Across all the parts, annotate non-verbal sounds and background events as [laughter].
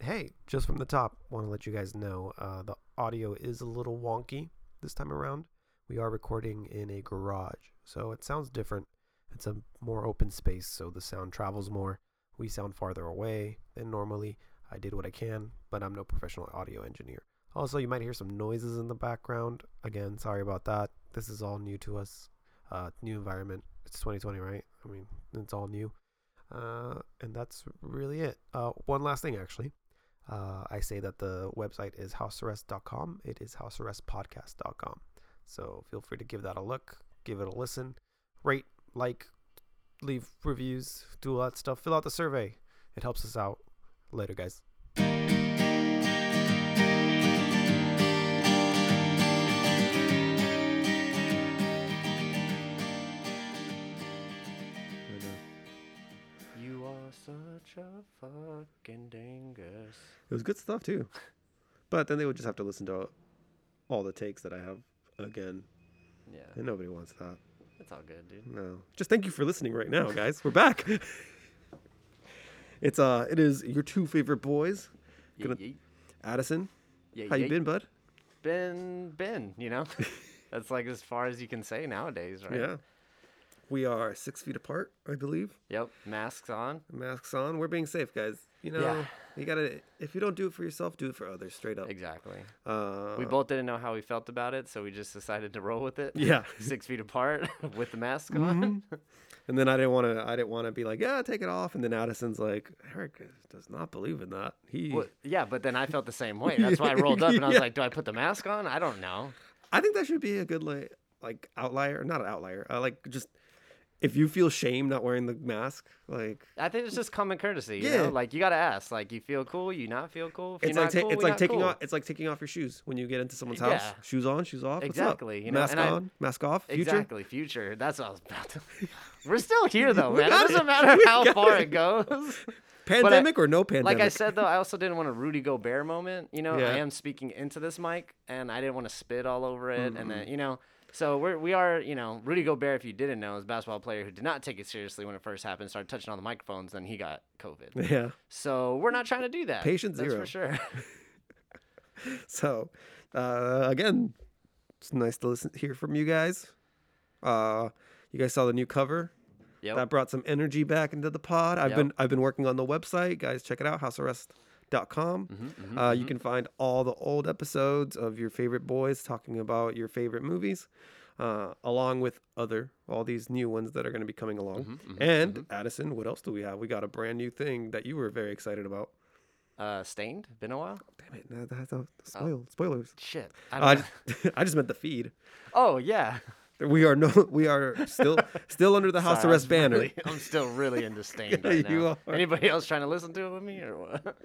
hey, just from the top, want to let you guys know uh, the audio is a little wonky this time around. We are recording in a garage, so it sounds different. It's a more open space, so the sound travels more. We sound farther away than normally. I did what I can, but I'm no professional audio engineer. Also, you might hear some noises in the background. Again, sorry about that. This is all new to us. Uh, new environment. It's 2020, right? I mean, it's all new. Uh, and that's really it. Uh, one last thing, actually. Uh, I say that the website is housearrest.com. It is housearrestpodcast.com. So feel free to give that a look, give it a listen, rate, like, leave reviews, do all that stuff. Fill out the survey. It helps us out. Later, guys. You are such a fucking dingus. It was good stuff, too. But then they would just have to listen to all the takes that I have again. Yeah, And nobody wants that. it's all good, dude. No. Just thank you for listening right [laughs] now, guys. We're back. it's uh it is your two favorite boys. Ye- Gonna- ye- Addison. ye- How you ye- been, bud? Been, been, you know? [laughs] That's like as far as you can say nowadays, right? Yeah. We are six feet apart, I believe. Yep, masks on. Masks on. We're being safe, guys. You know, Yeah. you gotta if you don't do it for yourself, do it for others, straight up. Exactly. Uh we both didn't know how we felt about it, so we just decided to roll with it. Yeah. [laughs] Mm-hmm. Six feet apart [laughs] with the mask on. and then I didn't wanna I didn't wanna be like, Yeah, take it off and then Addison's like, Eric does not believe in that. He [laughs] Well, yeah, but then I felt the same way. [laughs] That's why I rolled up and I was Yeah. like, do I put the mask on? I don't know. I think that should be a good like like outlier, not an outlier. Uh, like just if you feel shame not wearing the mask, like I think it's just common courtesy, you Yeah. know? Like, you got to ask. Like, you feel cool? You not feel cool? If it's you're like not ta- cool, it's we like not taking cool. off it's like taking off your shoes when you get into someone's house. Yeah. Shoes on, shoes off. what's up? Exactly, you know, mask and I- on, mask off. Future. Exactly, future. That's what I was about to. We're still [laughs] here though, man. It got doesn't it. matter We how got far it. [laughs] it goes. Pandemic or no pandemic. Like I said though, I also didn't want a Rudy Gobert moment. You know, Yeah. I am speaking into this mic, and I didn't want to spit all over it, and then you know. So we're we are you know Rudy Gobert. If you didn't know, is a basketball player who did not take it seriously when it first happened, started touching all the microphones, then he got [laughs] COVID. Yeah. So we're not trying to do that. Patient That's zero. for sure. [laughs] So uh, again, it's nice to listen hear from you guys. Uh, you guys saw the new cover. yep. That brought some energy back into the pod. I've Yep. been I've been working on the website, guys. Check it out, housearrest.com. Mm-hmm, uh, You can find all the old episodes of your favorite boys talking about your favorite movies, uh, along with other all these new ones that are going to be coming along. Mm-hmm, and Addison, what else do we have? We got a brand new thing that you were very excited about. uh, stained. Been a while. Damn it! no, That's Oh. a spoil, spoilers. Shit. I don't I, know. [laughs] I just meant the feed. Oh yeah. We are no, [laughs] we are still still under [laughs] the house Sorry, arrest I'm banner. really- [laughs] I'm still really in disdain right now. you are. Anybody else trying to listen to it with me or what?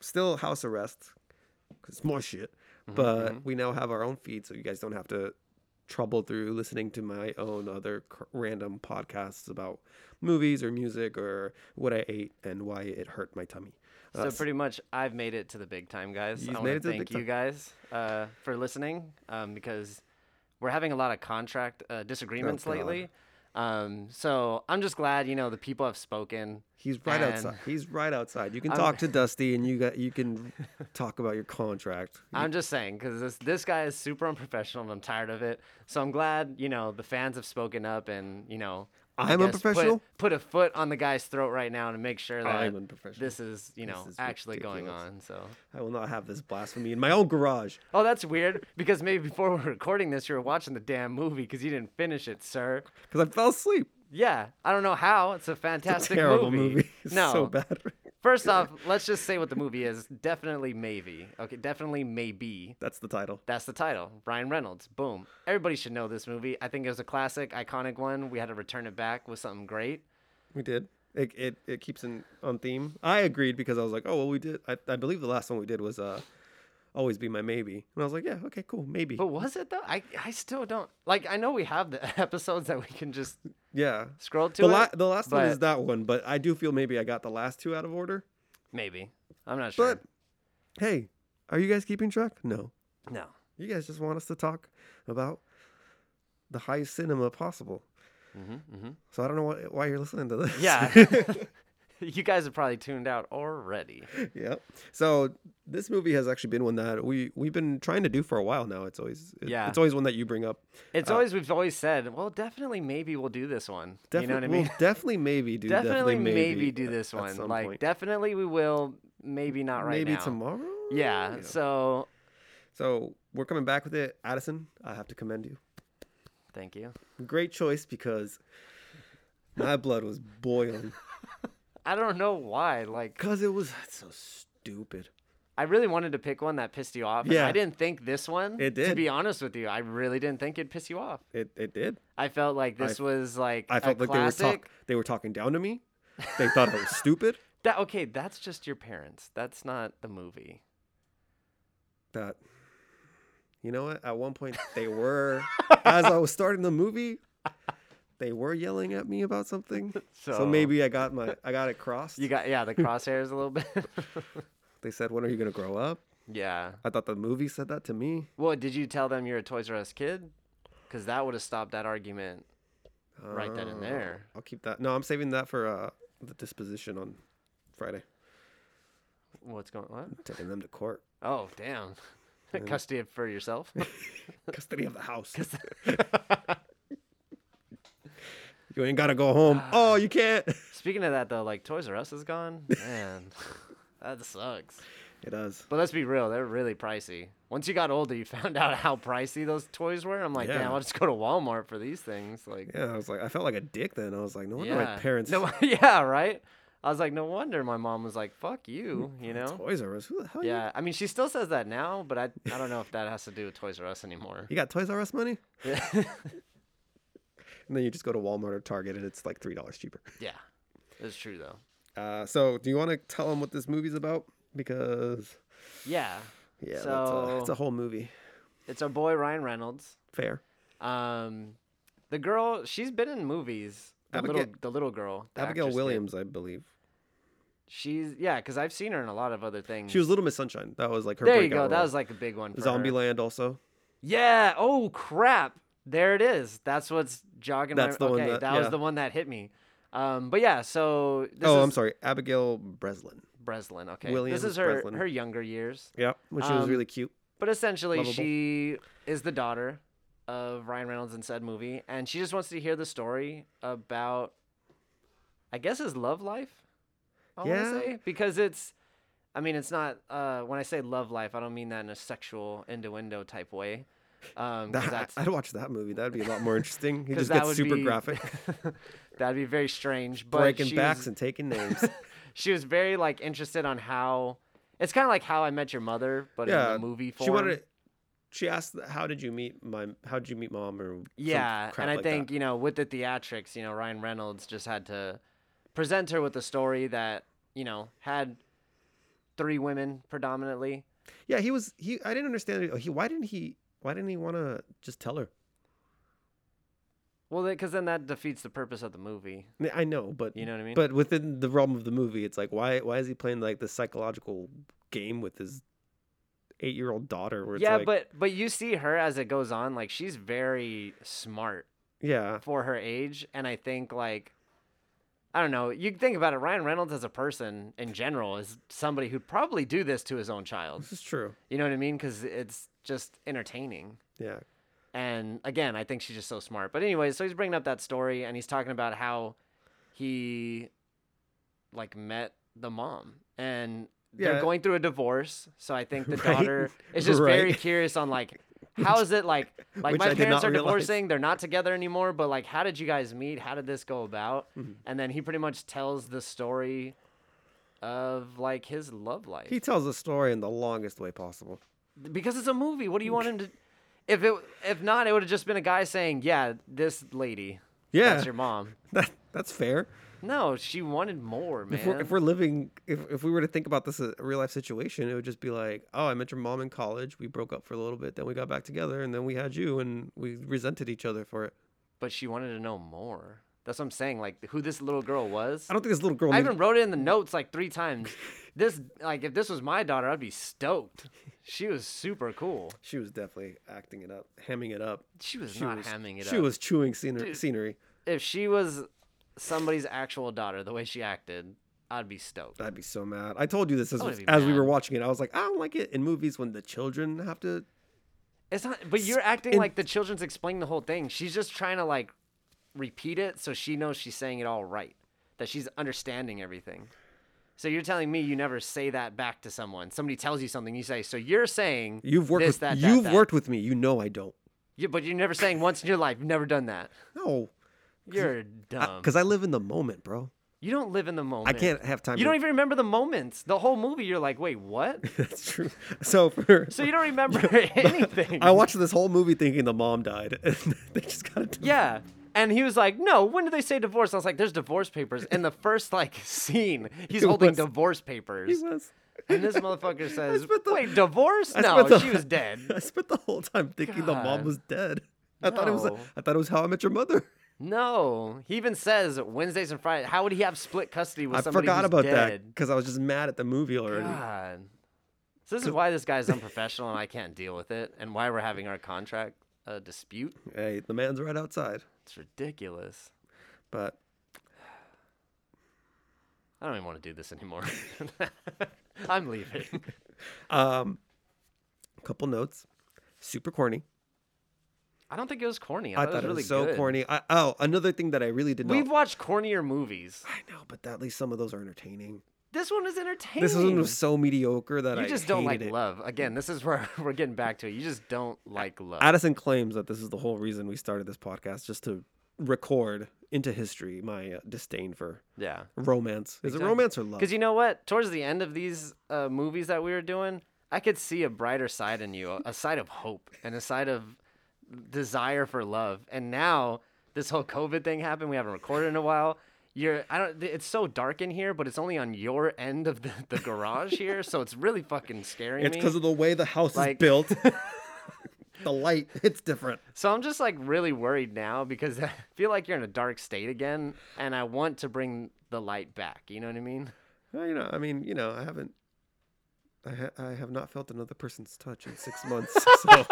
still house arrest 'cause it's more shit Mm-hmm, but we now have our own feed so you guys don't have to trouble through listening to my own other cr- random podcasts about movies or music or what i ate and why it hurt my tummy Uh, So pretty much, I've made it to the big time, guys. You've made I want it to to the thank big time. you guys uh, for listening um, because we're having a lot of contract uh, disagreements Oh, God. lately. Um, so I'm just glad you know the people have spoken. he's right and outside he's right outside you can talk [laughs] to dusty and you got you can talk about your contract I'm just saying because this this guy is super unprofessional and I'm tired of it. So I'm glad you know the fans have spoken up and you know. I I'm guess put- unprofessional? Put, a foot on the guy's throat right now to make sure that I'm unprofessional. this is, you know, is actually going ridiculous. on. So, i will not have this blasphemy in my own garage oh, that's weird because maybe before [laughs] we're recording this, you were watching the damn movie because you didn't finish it, sir. because i fell asleep Yeah, I don't know how. It's a [laughs] fantastic terrible movie. movie, [laughs] It's No, so bad first off, let's just say what the movie is. Definitely maybe. Okay, definitely maybe. that's the title That's the title. Ryan Reynolds. Boom. Everybody should know this movie. I think it was a classic, iconic one. We had to return it back with something great. We did. It it, it keeps in on theme. I agreed because I was like, oh well, we did. I, I believe the last one we did was uh, always be my maybe, and I was like, yeah, okay, cool, maybe. But was it though? I I still don't like. I know we have the [laughs] episodes that we can just yeah. scroll to. The, it, la- the last one is but that one, but I do feel maybe I got the last two out of order. maybe. I'm not sure. But hey, are you guys keeping track? No, no. you guys just want us to talk about the highest cinema possible. Mm-hmm, mm-hmm. [laughs] So I don't know why, why you're listening to this. Yeah. [laughs] you guys have probably tuned out already. yeah. So this movie has actually been one that we we've been trying to do for a while now. It's always it- Yeah. It's always one that you bring up. It's Uh, always we've always said, well, definitely maybe we'll do this one. Definitely, you know what I mean? definitely maybe do. definitely, maybe, do at- this at one. some Like point. definitely we will. Maybe not right maybe now. tomorrow. Yeah. So So we're coming back with it, Addison. I have to commend you. thank you. Great choice because my blood was [laughs] boiling I don't know why. Like because it was that's so stupid. I really wanted to pick one that pissed you off. and Yeah. I didn't think this one. It To did. be honest with you, I really didn't think it'd piss you off. It it did. I felt like this was like I felt a like classic. they were talk they were talking down to me. They thought I was stupid. That okay, that's just your parents. That's not the movie. That you know what? At one point they [laughs] were as I was starting the movie, they were yelling at me about something. So, So, maybe I got my I got it crossed. you got yeah the crosshairs a little bit. [laughs] they said, When are you gonna grow up? yeah. I thought the movie said that to me. Well, did you tell them you're a Toys R Us kid? Because that would have stopped that argument. Right then and Oh, there. I'll keep that. No, I'm saving that for uh, the disposition on Friday. Uh. What's going? What? Taking them to [laughs] court. Oh, damn. Custody for yourself. Custody of the house. [laughs] you ain't gotta go [sighs] home. Oh, you can't. Speaking of that, though, like Toys R Us is gone. Man, [laughs] that sucks. It does. But let's be real, they're really pricey. Once you got older, you found out how pricey those toys were. I'm like, Yeah. damn, I'll just go to Walmart for these things. Like, Yeah, I was like, I felt like a dick then. I was like, no wonder yeah, my parents. No, [laughs] yeah, right. I was like, no wonder my mom was like, [laughs] "Fuck you," you know. Toys R Us. Who the hell? You? Yeah, I mean, she still says that now, but I, I don't know if that has to do with Toys R Us [laughs] anymore. [laughs] You got Toys R Us money? yeah, And then you just go to Walmart or Target, and it's like three dollars cheaper. it's true though. Uh, so, do you want to tell them what this movie's about? Because Yeah, yeah, that's a, So- it's a whole movie. it's our boy Ryan Reynolds. Fair. Um, the girl, she's been in movies. The little, Abigail- the little girl, the Abigail actress kid. Williams, I believe. She's yeah, because I've seen her in a lot of other things. She was Little Miss Sunshine. That was like her. there you breakout go. That role. was like a big one. For her. Zombieland also. Yeah. Oh crap. There it is. That's what's jogging. That's my, the one okay, that- was yeah. the one that hit me. Um, but yeah. So this oh, is I'm sorry, Abigail Breslin. Breslin. Okay. Williams this is her Breslin. her younger years. Yeah, when she was Um, really cute. But essentially, Lovable. she is the daughter of Ryan Reynolds in said movie, and she just wants to hear the story about, I guess, his love life. I Yeah. want to say because it's, I mean, it's not. Uh, when I say love life, I don't mean that in a sexual innuendo type way. Um, 'cause That- [laughs] that's I'd watch that movie. That'd be a lot more interesting. [laughs] He just because that gets would super be, [laughs] graphic, [laughs] that'd be very strange. But breaking she backs was, and taking [laughs] names. she was very like interested on how. It's kind of like how I met your mother, but yeah, in the movie form. She wanted. She asked, "How did you meet my? How did you meet mom?" Or some Yeah, crap and I like that. think you know with the theatrics, you know Ryan Reynolds just had to present her with a story that you know had three women predominantly. Yeah, he was. He. I didn't understand. it. He. Why didn't he? Why didn't he want to just tell her? Well, because then that defeats the purpose of the movie. I mean, I know, but You know what I mean? but within the realm of the movie, it's like why? Why is he playing like the psychological game with his eight-year-old daughter? Where it's yeah, like, but but you see her as it goes on, like she's very smart yeah, for her age, and I think like. I don't know. You think about it. Ryan Reynolds, as a person in general, is somebody who'd probably do this to his [laughs] own child. this is true. You know what I mean? Because it's just entertaining. Yeah, And again, I think she's just so smart. But anyway, so he's bringing up that story and he's talking about how he like met the mom and Yeah. they're going through a divorce. So I think [laughs] the Right. daughter is just Right. very curious on like how is [laughs] it like like which I my did parents not are realize. divorcing, they're not together anymore, but like how did you guys meet? How did this go about? Mm-hmm. And then he pretty much tells the story of like his love life he tells the story in the longest way possible. because it's a movie. What do you want him to? If it if not, it would have just been a guy saying, "Yeah, this lady, Yeah, that's your mom." [laughs] that, that's fair. No, she wanted more, man. If we're, if we're living, if, if we were to think about this as a real life situation, it would just be like, oh, I met your mom in college. We broke up for a little bit, then we got back together, and then we had you, and we resented each other for it. but she wanted to know more. That's what I'm saying. Like who this little girl was. I don't think this little girl. I knew- even wrote it in the notes like three times. This like if this was my daughter, I'd be stoked. She was super cool. she was definitely acting it up, hamming it up. She was She not was, hamming it she up. was chewing scenery. scenery. If she was somebody's actual daughter, the way she acted, I'd be stoked. I'd be so mad. I told you this as, I wouldn't be as we mad. were watching it. I was like, I don't like it in movies when the children have to. It's not, but you're acting in- like the children's explaining the whole thing. She's just trying to like repeat it so she knows she's saying it all right, that she's understanding everything. So you're telling me you never say that back to someone. Somebody tells you something, you say, "So you're saying You've worked this, with that, that, you've that." worked with me. You know I don't. Yeah, but you're never saying once in your life, you've never [laughs] done that. No, You're dumb. because I, live in the moment, bro. you don't live in the moment. I can't have time. You to- [laughs] don't even remember the moments. The whole movie, you're like, wait, what? That's true. So for So you [laughs] don't remember [laughs] anything. I watched this whole movie thinking the mom died, [laughs] and they just got to Yeah. And he was like, "No, when did they say divorce?" I was like, "There's divorce papers." [laughs] In the first like scene, he's It holding was- divorce papers, was. and [laughs] this motherfucker says, spent the- "Wait, divorce? I no, spent the- she was dead. [laughs] I spent the whole time thinking the mom God. was dead. I thought it was. No. I thought it was How I Met Your Mother. No." He even says Wednesdays and Fridays. How would he have split custody with I somebody forgot who's about that dead? because I was just mad at the movie already. God. So this is why [laughs] this guy's unprofessional, and I can't deal with it, and why we're having our contract uh, dispute. Hey, the man's right outside, It's ridiculous. but I don't even want to do this anymore. [laughs] [laughs] I'm leaving. um, couple notes. Super corny. I don't think it was corny. I, I thought, it was really so good. corny. I, oh, another thing that I really did not. We've watched cornier movies. I know, but at least some of those are entertaining. This one is entertaining. This one was so mediocre that you I just don't like hated it. love. Again, this is where [laughs] we're getting back to it. You just don't like love. Addison claims that this is the whole reason we started this podcast, just to record into history my uh, disdain for yeah. romance. Is it Exactly. romance or love? Because you know what? Towards the end of these uh, movies that we were doing, I could see a brighter side in you, a- a side of hope and a side of desire for love. And now this whole COVID thing happened. We haven't recorded in a while. You're, I don't. It's so dark in here, but it's only on your end of the, the garage here, so it's really fucking scaring it's me. because of the way the house Like- is [laughs] built. the light, it's different. So I'm just like really worried now because [laughs] I feel like you're in a dark state again, and I want to bring the light back. You know what I mean? Well, you know, I mean, you know, I haven't, I, ha- I have not felt another person's touch in six [laughs] months. so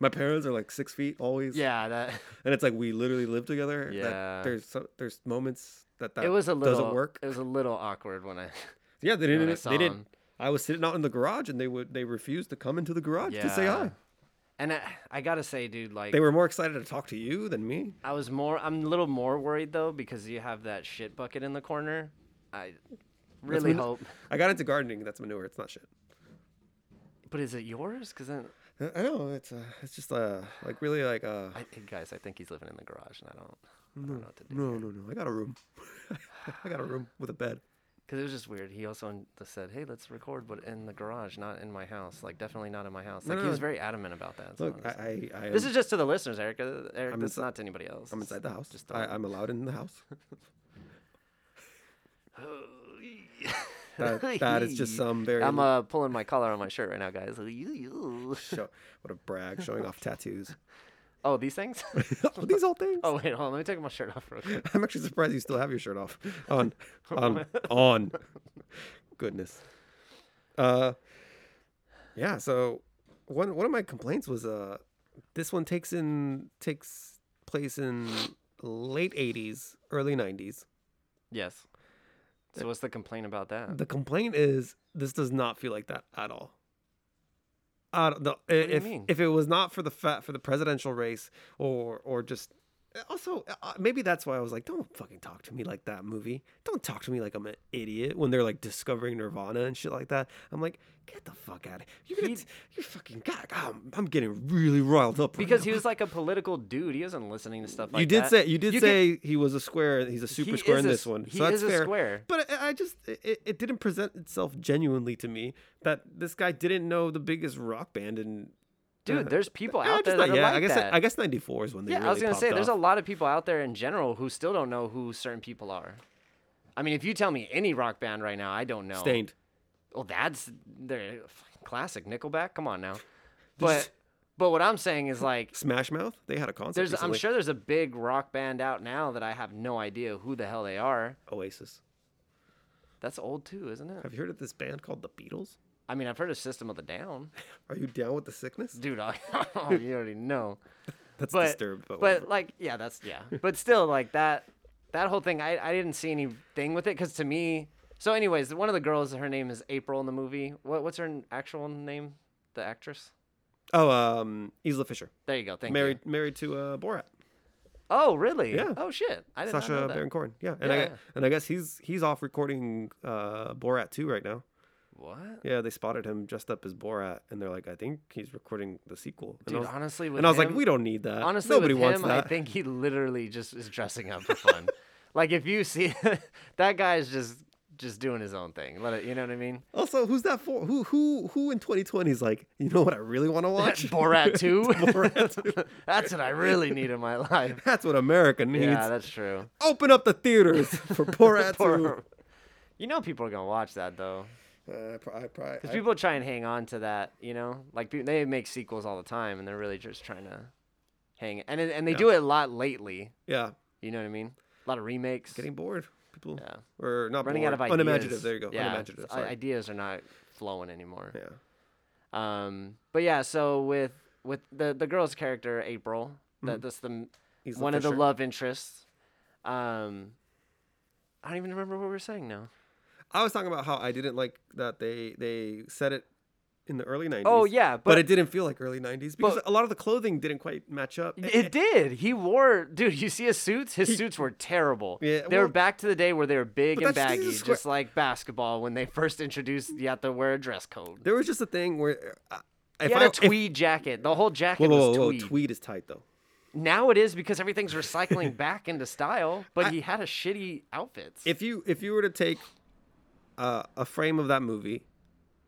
my parents are like six feet always. Yeah. That and it's like we literally live together. that Yeah. there's so, there's moments that that [laughs] it was a little. doesn't work. It was a little [laughs] awkward when I. Yeah, they I didn't. saw They him. didn't. I was sitting out in the garage, and they would they refused to come into the garage to say Yeah. hi. And I, I gotta say, dude, like They were more excited to talk to you than me. I was more. I'm a little more worried though because you have that shit bucket in the corner. I really when- hope. I got into gardening. That's manure. It's not shit. But is it yours? Because then, I- I know it's uh, it's just uh like really like uh I, hey, guys, I think he's living in the garage, and I don't. I don't know what to do. no no no I got a room, [laughs] I got a room with a bed. Because it was just weird. He also in- said, "Hey, let's record, but in the garage, not in my house. Like, definitely not in my house." Like, no, he was no. very adamant about that. so Look, I was like- I I, I Oh, this am- is just to the listeners, Eric. Uh, Eric, I'm this is insi- not to anybody else. I'm [laughs] inside the house. Just I, don't- I'm allowed in the [laughs] house. That, that is just some very I'm uh, pulling my collar on my shirt right now, guys. show, what a brag showing off [laughs] tattoos. [laughs] Oh, these things? These old things. oh, wait, hold on. Let me take my shirt off real quick. [laughs] I'm actually surprised you still have your shirt off. On, on, on. Goodness. Uh, yeah. So one one of my complaints was uh, this one takes in takes place in late '80s, early '90s. Yes. So, what's the complaint about that? The complaint is this does not feel like that at all. I don't know. do you If, mean? if it was not for the fat for the presidential race or or just also uh, maybe that's why I was like, don't fucking talk to me like that movie. Don't talk to me like I'm an idiot when they're like discovering Nirvana and shit like that. I'm like, get the fuck out. You're gonna He- t- you fucking God, I'm, I'm getting really riled up right Because now. he was like a political dude. He wasn't listening to stuff like you did that. say you did You can- say he was a square. He's a super He square is in a this s- one. He so that's is a fair. square. But I, I just it, it didn't present itself genuinely to me that this guy didn't know the biggest rock band and Dude, there's people Yeah, out uh, just there not- that are yeah, like I guess that. I guess ninety four is when they yeah, really I was gonna popped say there's a off. lot of people out there in general who still don't know who certain people are. I mean, if you tell me any rock band right now, I don't know. stained. Well, that's their classic Nickelback. Come on now, but but what I'm saying [laughs] is like Smash Mouth they had a concert. there's I'm recently. sure there's a big rock band out now that I have no idea who the hell they are. Oasis. That's old too, isn't it? Have you heard of this band called the Beatles? I mean, I've heard of System of the Down, Are you down with the sickness? dude. I, [laughs] [laughs] you already know. That's but disturbed, but, but like yeah, that's yeah. But still, like that that whole thing, I, I didn't see anything with it because to me. So, anyways, one of the girls, her name is April in the movie. What what's her n- actual name? The actress. Oh, um, Isla Fisher, There you go. Thank married you. married to uh, Borat, Oh, really? Yeah. Oh shit. I did not know Sasha that. Baron Cohen. Yeah, and I Yeah. gu- and I guess he's he's off recording uh, Borat two right now. What? Yeah, they spotted him dressed up as Borat, and they're like, I think he's recording the sequel. And Dude, I was, honestly, with and I was like, him- we don't need that. Honestly, nobody with wants him, that. I think he literally just is dressing up for [laughs] fun. like if you see [laughs] that guy's just just doing his own thing. Let it, you know what I mean? Also, who's that for? Who who who in 2020 is like, you know what I really [laughs] want to watch? [laughs] Borat 2. Borat 2. [laughs] That's what I really need in my life. That's what America needs. Yeah, [laughs] that's true. Open up the [laughs] theaters for Borat 2. Poor- [laughs] You know people are gonna watch that though, Uh, I pr- I pr- because I- people try and hang on to that. You know, like pe- they make sequels all the time, and they're really just trying to hang. And it- and they Yeah. do it a lot lately. yeah, You know what I mean? A lot of remakes. getting bored. People yeah, or not running bored. out of ideas. Unimaginative. There you go. Yeah, Unimaginative. i- Sorry. ideas are not flowing anymore. yeah. Um, but yeah, so with with the the girl's character April, that that's the Mm-hmm. He's one of the Fisher. love interests. Um, I don't even remember what we were saying now. I was talking about how I didn't like that they they said it in the early 90s. Oh yeah, but, it didn't feel like early 90s because but- a lot of the clothing didn't quite match up. It, did. He wore, dude. You see his suits. His suits were terrible. Yeah, they were well- back to the day where they were big But and that's baggy, just a square- just like basketball when they first introduced. You had to wear a dress code. There was just a thing where uh, if He had I a if- tweed jacket. The whole jacket whoa, whoa, was whoa, tweed. tweed is tight though. Now it is because everything's [laughs] recycling back into style. But he had a shitty outfits. If you if you were to take uh, a frame of that movie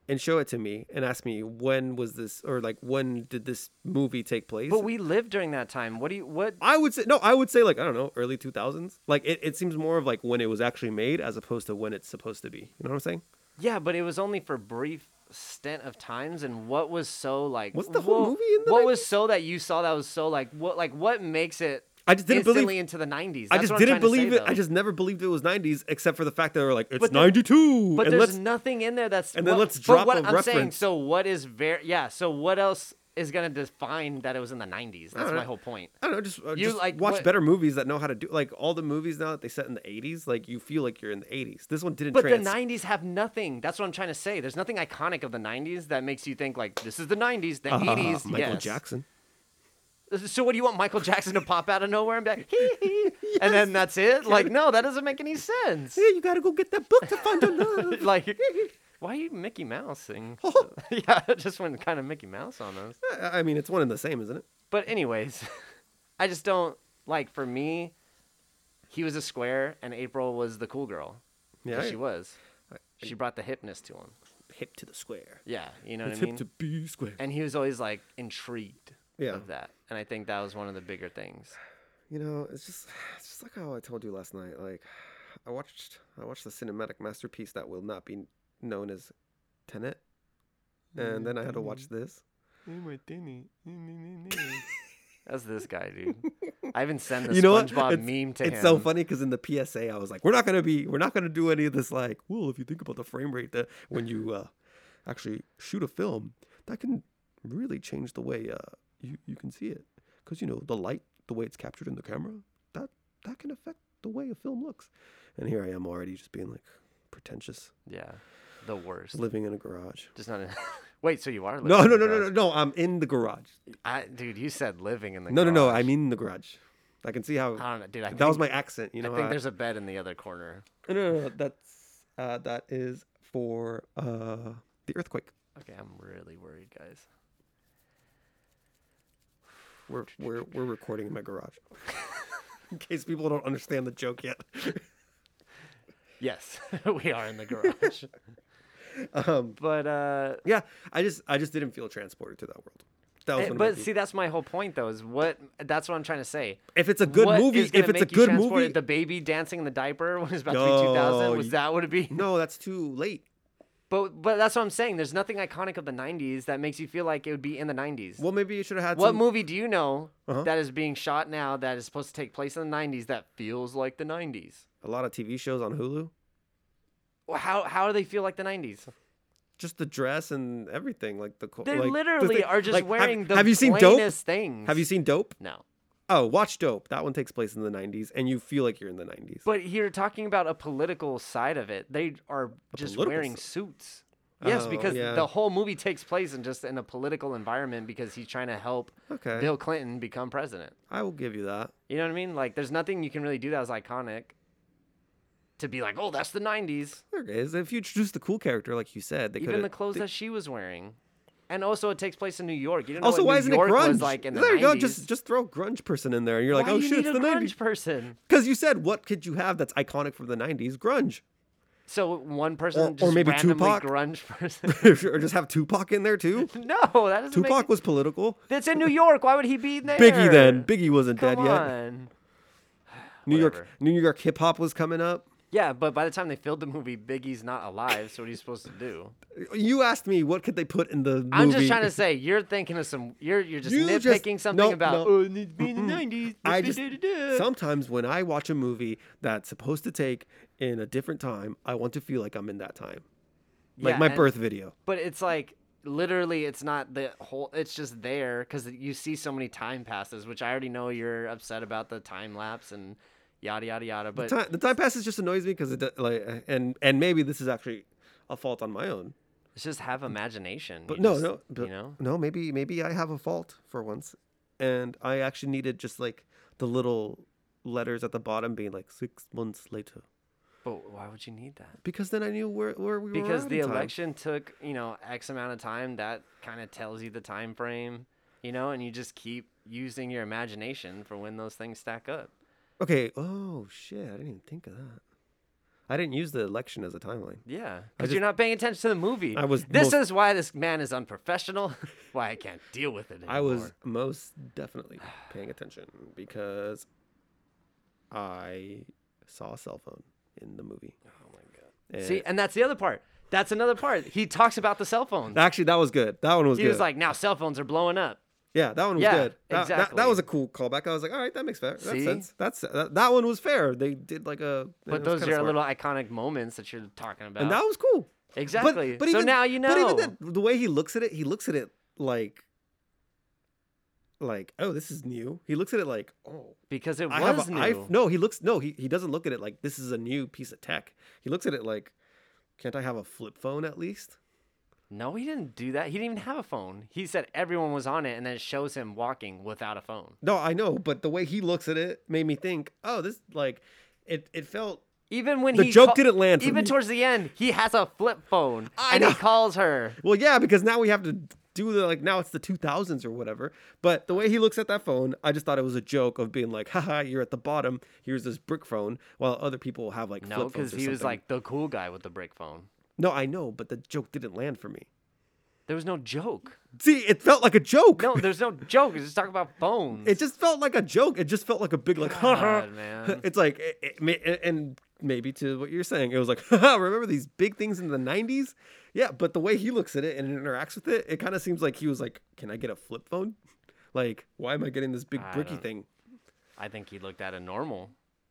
and show it to me and ask me when was this or like when did this movie take place? but we lived during that time. What do you? What? I would say no. I would say like I don't know, early two thousands. Like it, it seems more of like when it was actually made as opposed to when it's supposed to be. You know what I'm saying? Yeah, but it was only for brief stint of times and what was so like Was the whole whoa- movie in the what was so that you saw that was so like what like what makes it I just didn't believe- instantly into the 90s I That's just what I'm didn't trying to say, believe it. I though. just never believed it was '90s, except for the fact that they were like, "It's there- '92." but and there's let's- nothing in there that's and then what- let's but drop what a I'm saying reference. so what is very yeah so what else is gonna define that it was in the 90s that's don't my know. whole point I don't know. Just, uh, You, just like, watch what- better movies that know how to do like all the movies now that they set in the '80s. Like you feel like you're in the '80s. This one didn't. but trans- the 90s have nothing that's what I'm trying to say there's nothing iconic of the 90s that makes you think like this is the 90s the Uh, 80s Michael yes. Jackson. So what do you want Michael Jackson to pop out of nowhere and be like, hee hee, [laughs] and then that's it? Like, no, that doesn't make any sense. [laughs] Yeah, you gotta go get that book to find your love. like, why are you [laughs] Mickey Mousing? Oh. [laughs] yeah, it just went kind of Mickey Mouse on us. I I mean, it's one and the same, isn't it? But anyways, [laughs] I just don't like. For me, he was a square, and April was the cool girl. Yeah, 'Cause she I- was. She brought the hipness to him. Hip to the square. Yeah, you know what It's I hip mean. to be square. And he was always like intrigued Yeah. of that, and I think that was one of the bigger things. You know, it's just, it's just like how I told you last night. Like, I watched, I watched the cinematic masterpiece that will not be known as Tenet, Mm, and then I had to watch this. That's this guy, [laughs] dude. I even sent the you know what? SpongeBob It's- meme to him. It's so funny because in the PSA, I was like, "We're not gonna be, we're not gonna do any of this." Like, well, if you think about the frame rate that when you uh, actually shoot a film, that can really change the way uh, you you can see it, because you know the light, the way it's captured in the camera, that that can affect the way a film looks. And here I am already just being like pretentious, Yeah, the worst. living in a garage. Just not. In... [laughs] Wait, so you are living? No, in no, the no, no, no, garage. no. I'm in the garage. I, dude, you said living in the. No, no, no. garage. I mean the garage. I can see how I don't know, dude. I that think, was my accent. You know, I think I- there's a bed in the other corner. No, no, no, no, That's uh, that is for uh, the earthquake. Okay, I'm really worried, guys. We're we're we're recording in my garage. [laughs] in case people don't understand the joke yet. [laughs] Yes, [laughs] we are in the garage. [laughs] Um, but uh, yeah, I just I just didn't feel transported to that world. That was eh, one of my but things. see, that's my whole point, though. Is what that's what I'm trying to say. if it's a good What movie, is gonna if it's a make you good transported? movie, the baby dancing in the diaper [laughs] when it's about to be 2000, No, was you- that would it be? no, that's too late. But but that's what I'm saying. There's nothing iconic of the '90s that makes you feel like it would be in the '90s. Well, maybe you should have had what some, movie do you know Uh-huh. that is being shot now that is supposed to take place in the '90s that feels like the '90s? a lot of TV shows on Hulu. Well, How how do they feel like the '90s? Just the dress and everything, like the co- They like, the literally thing- are just like, have- wearing the have you seen plainest Dope? things. Have you seen Dope? No. Oh, Watch Dope. That one takes place in the 90s, and you feel like you're in the 90s. But you're talking about a political side of it. They are just political wearing side. suits. Yes, Oh, because yeah. the whole movie takes place in just in a political environment because he's trying to help okay, Bill Clinton become president. I will give you that. You know what I mean? Like, there's nothing you can really do that was iconic to be like, oh, that's the 90s. There it is. If you introduce the cool character, like you said, they Even could the clothes that she was wearing. And also, it takes place in New York. You didn't also, know what why New isn't York it grunge? was like in the there you 90s. go. Just just throw grunge person in there, and you're like, Why oh do you shit, need it's the a grunge 90s. person. Because you said, what could you have that's iconic from the 90s? Grunge. [laughs] So one person Or- or just maybe randomly Tupac? grunge person. [laughs] or just have Tupac in there too. no, that doesn't make Tupac was political. That's in New York. Why would he be there? Biggie then. Biggie wasn't Come dead yet. on. New York, Whatever. New York hip hop was coming up. Yeah, but by the time they filmed the movie, Biggie's not alive. So what are you supposed to do? You asked me what could they put in the movie. I'm just trying to say you're thinking of some. You're you're just You just- nitpicking something nope, no. about. Oh, it needs to be in the '90s. [laughs] I [laughs] just da-da-da-da-da." sometimes when I watch a movie that's supposed to take in a different time, I want to feel like I'm in that time, like Yeah, my and- birth video. But it's like literally, it's not the whole. It's just there because you see so many time passes, which I already know you're upset about the time lapse and yada yada yada. But Ti- the time passes just annoys me because it do- like uh, and and maybe this is actually a fault on my own. it's just have imagination. But you no, just- no, but you know. no. Maybe maybe I have a fault for once, and I actually needed just like the little letters at the bottom being like six months later, But why would you need that? because then I knew where where we were. Because at the time. election took you know X amount of time. That kind of tells you the time frame, you know, and you just keep using your imagination for when those things stack up. Okay. Oh shit! I didn't even think of that. I didn't use the election as a timeline. Yeah, just- because you're not paying attention to the movie. I was This most- is why this man is unprofessional. [laughs] why I can't deal with it anymore. I was most definitely paying attention because I saw a cell phone in the movie. Oh my And god. See, and that's the other part. That's another part. He talks about the cell phones. actually, that was good. That one was he good. was like, "Now cell phones are blowing up." Yeah, that one was Yeah, good. That, that- that, exactly. was a cool callback. I was like, all right, that makes fair. That's See? sense. That's that, that one was fair. They did like a. But it was those are kinda smart. little iconic moments that you're talking about. And that was cool. But- exactly. But, so even, now you know. But even then, the way he looks at it, he looks at it like, like, oh, this is new. He looks at it like, oh, because it I have was a- new. I- no, he looks no, he, he doesn't look at it like this is a new piece of tech. He looks at it like, can't I have a flip phone at least? No, he didn't do that. He didn't even have a phone. He said everyone was on it, and then it shows him walking without a phone. No, I know, but the way he looks at it made me think, oh, this like, it it felt Even when The he joke didn't land for Even me. towards the end, he has a flip phone I and know. he calls her. Well, yeah, because now we have to do the like now it's the 2000s or whatever. But the way he looks at that phone, I just thought it was a joke of being like, haha, you're at the bottom. Here's this brick phone, while other people have like No, flip phones because or he was something. like the cool guy with the brick phone. no, I know, but the joke didn't land for me. There was no joke. See, it felt like a joke. No, there's no [laughs] joke. It's just talking about phones. It [laughs] just felt like a joke. It just felt like a big like, haha. God, man. It's like, it, it, ma- and- and maybe to what you're saying, it was like, [laughs] haha, remember these big things in the 90s? Yeah, but the way he looks at it and interacts with it, it kind of seems like he was like, can I get a flip phone? Like, why am I getting this big I bricky don't- thing? I think he looked at it normal,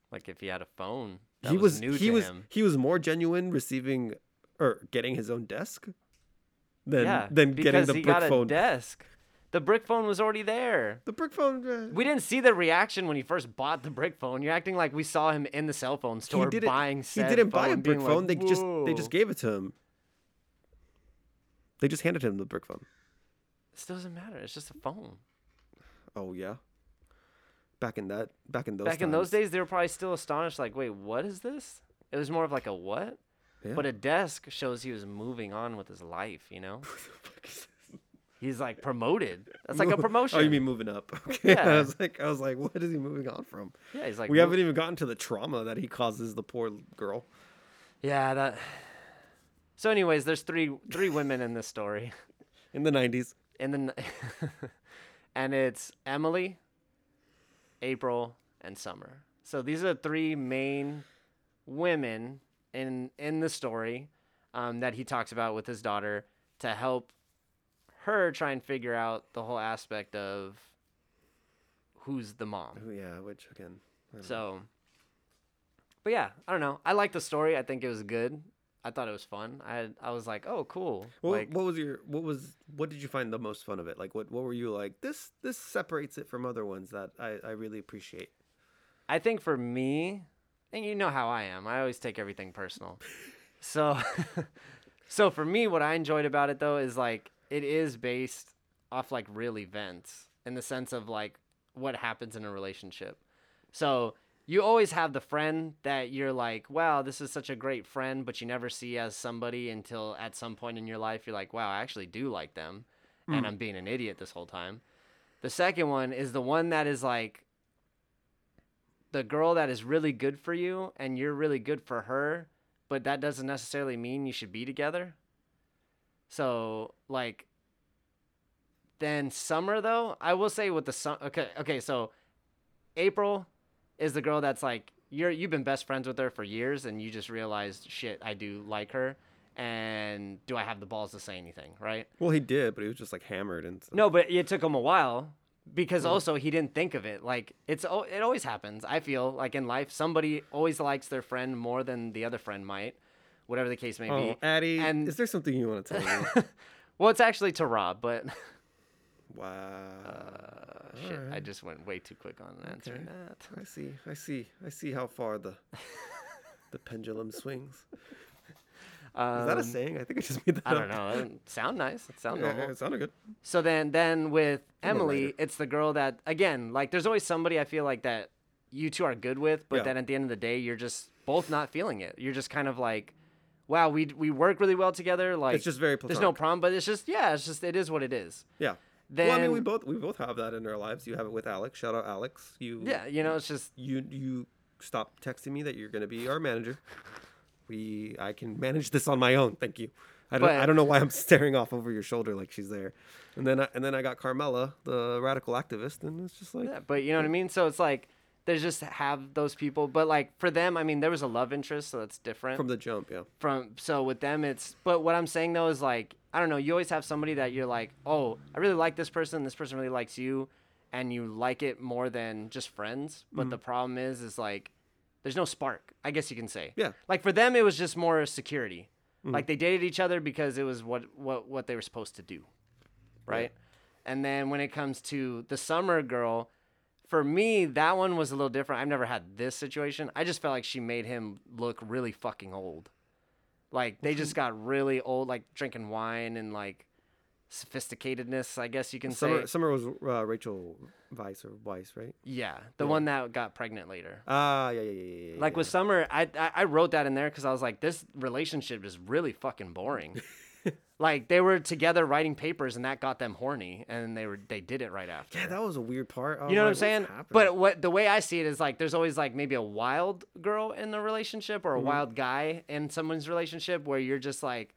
like if he had a phone. That He was, new he to was him. he was more genuine receiving or getting his own desk than yeah, than getting because the he brick got a phone. desk. The brick phone was already there. the brick phone. uh, We didn't see the reaction when he first bought the brick phone. You're acting like we saw him in the cell phone store didn't- buying said He didn't buy a phone, brick being phone. like, they just they just "Whoa." gave it to him. They just handed him the brick phone. This doesn't matter. It's just a phone. Oh yeah. Back in that back in those Back in those times. days, they were probably still astonished, like, wait, what is this? It was more of like a what? Yeah. But a desk shows he was moving on with his life, you [laughs] know? He's like promoted. That's like a Move- [laughs] promotion. Oh, you mean moving up? [laughs] Okay. I Yeah. was like, I was like, what is he moving on from? Yeah, he's like we mov- haven't even gotten to the trauma that he causes the poor girl. Yeah, that. So, anyways, there's three three women in this story, In the nineties. and then, [laughs] and it's Emily, April, and Summer. So these are the three main women in in the story um, that he talks about with his daughter to help her try and figure out the whole aspect of who's the mom. Yeah, which again. I don't know. So, but yeah, I don't know. I like the story. I think it was good. I thought it was fun. I I was like, oh, cool. What, like, what was your what was what did you find the most fun of it? Like what what were you like this this separates it from other ones that I I really appreciate. I think for me, and you know how I am, I always take everything personal. So, [laughs] so for me, what I enjoyed about it though is like it is based off like real events in the sense of like what happens in a relationship. So you always have the friend that you're like, wow, this is such a great friend, but you never see as somebody until at some point in your life you're like, wow, I actually do like them, and I'm being an idiot this whole time. The second one is the one that is like the girl that is really good for you and you're really good for her, but that doesn't necessarily mean you should be together. So, like, then summer though, I will say with the sun. Okay, okay, so April is the girl that's like you're you've been best friends with her for years, and you just realized shit, I do like her, and do I have the balls to say anything, right? Well, he did, but he was just like hammered and stuff. No, but it took him a while Mm. because also he didn't think of it. Like it's al- it always happens. I feel like in life somebody always likes their friend more than the other friend might, whatever the case may Oh, be. Addy, and- is there something you want to tell me? [laughs] Well, it's actually to Rob, but [laughs] wow. shit, I just went way too quick on answering that. I see. I see. I see how far [laughs] the the pendulum swings. Is that a saying? I think I just made that Um, I up. don't know. That doesn't sound nice. It sound Yeah, normal. it sounded good. So then, then with a Emily, writer. it's the girl that again, like, there's always somebody I feel like that you two are good with, but Yeah. then at the end of the day, you're just both not feeling it. You're just kind of like, wow, we we work really well together. Like, just very There's no platonic. problem, but it's just yeah, it's just it is what it is. Yeah. Then well, I mean, we both we both have that in our lives. You have it with Alex. Shout out Alex. You yeah, you know, it's just you you stop texting me that you're going to be our manager. We I can manage this on my own. Thank you. I don't, I But- don't know why I'm staring off over your shoulder like she's there. And then I, and then I got Carmela, the radical activist, and it's just like Yeah, but you know what I mean? So it's like there's just have those people, but like for them, I mean, there was a love interest, so that's different. from the jump, yeah. from so with them it's but what i'm saying though is like i don't know you always have somebody that you're like oh i really like this person this person really likes you and you like it more than just friends but the problem is is like there's no spark i guess you can say Yeah. like for them it was just more security like they dated each other because it was what what what they were supposed to do right and then when it comes to the summer girl for me, that one was a little different. I've never had this situation. I just felt like she made him look really fucking old. Like they just got really old, like drinking wine and like sophisticatedness, I guess you can Summer say. Summer was uh, Rachel Vice or Weiss, right? Yeah, the one that got pregnant later. Ah, yeah, yeah, yeah, yeah. Like with Summer, I I, I wrote that in there because I was like, this relationship is really fucking [laughs] boring. like they were together writing papers, and that got them horny, and they were they did it right after. yeah, that was a weird part. I was You know what I'm like, saying? what's happening? But what the way I see it is like there's always like maybe a wild girl in the relationship Mm-hmm. or a wild guy in someone's relationship where you're just like,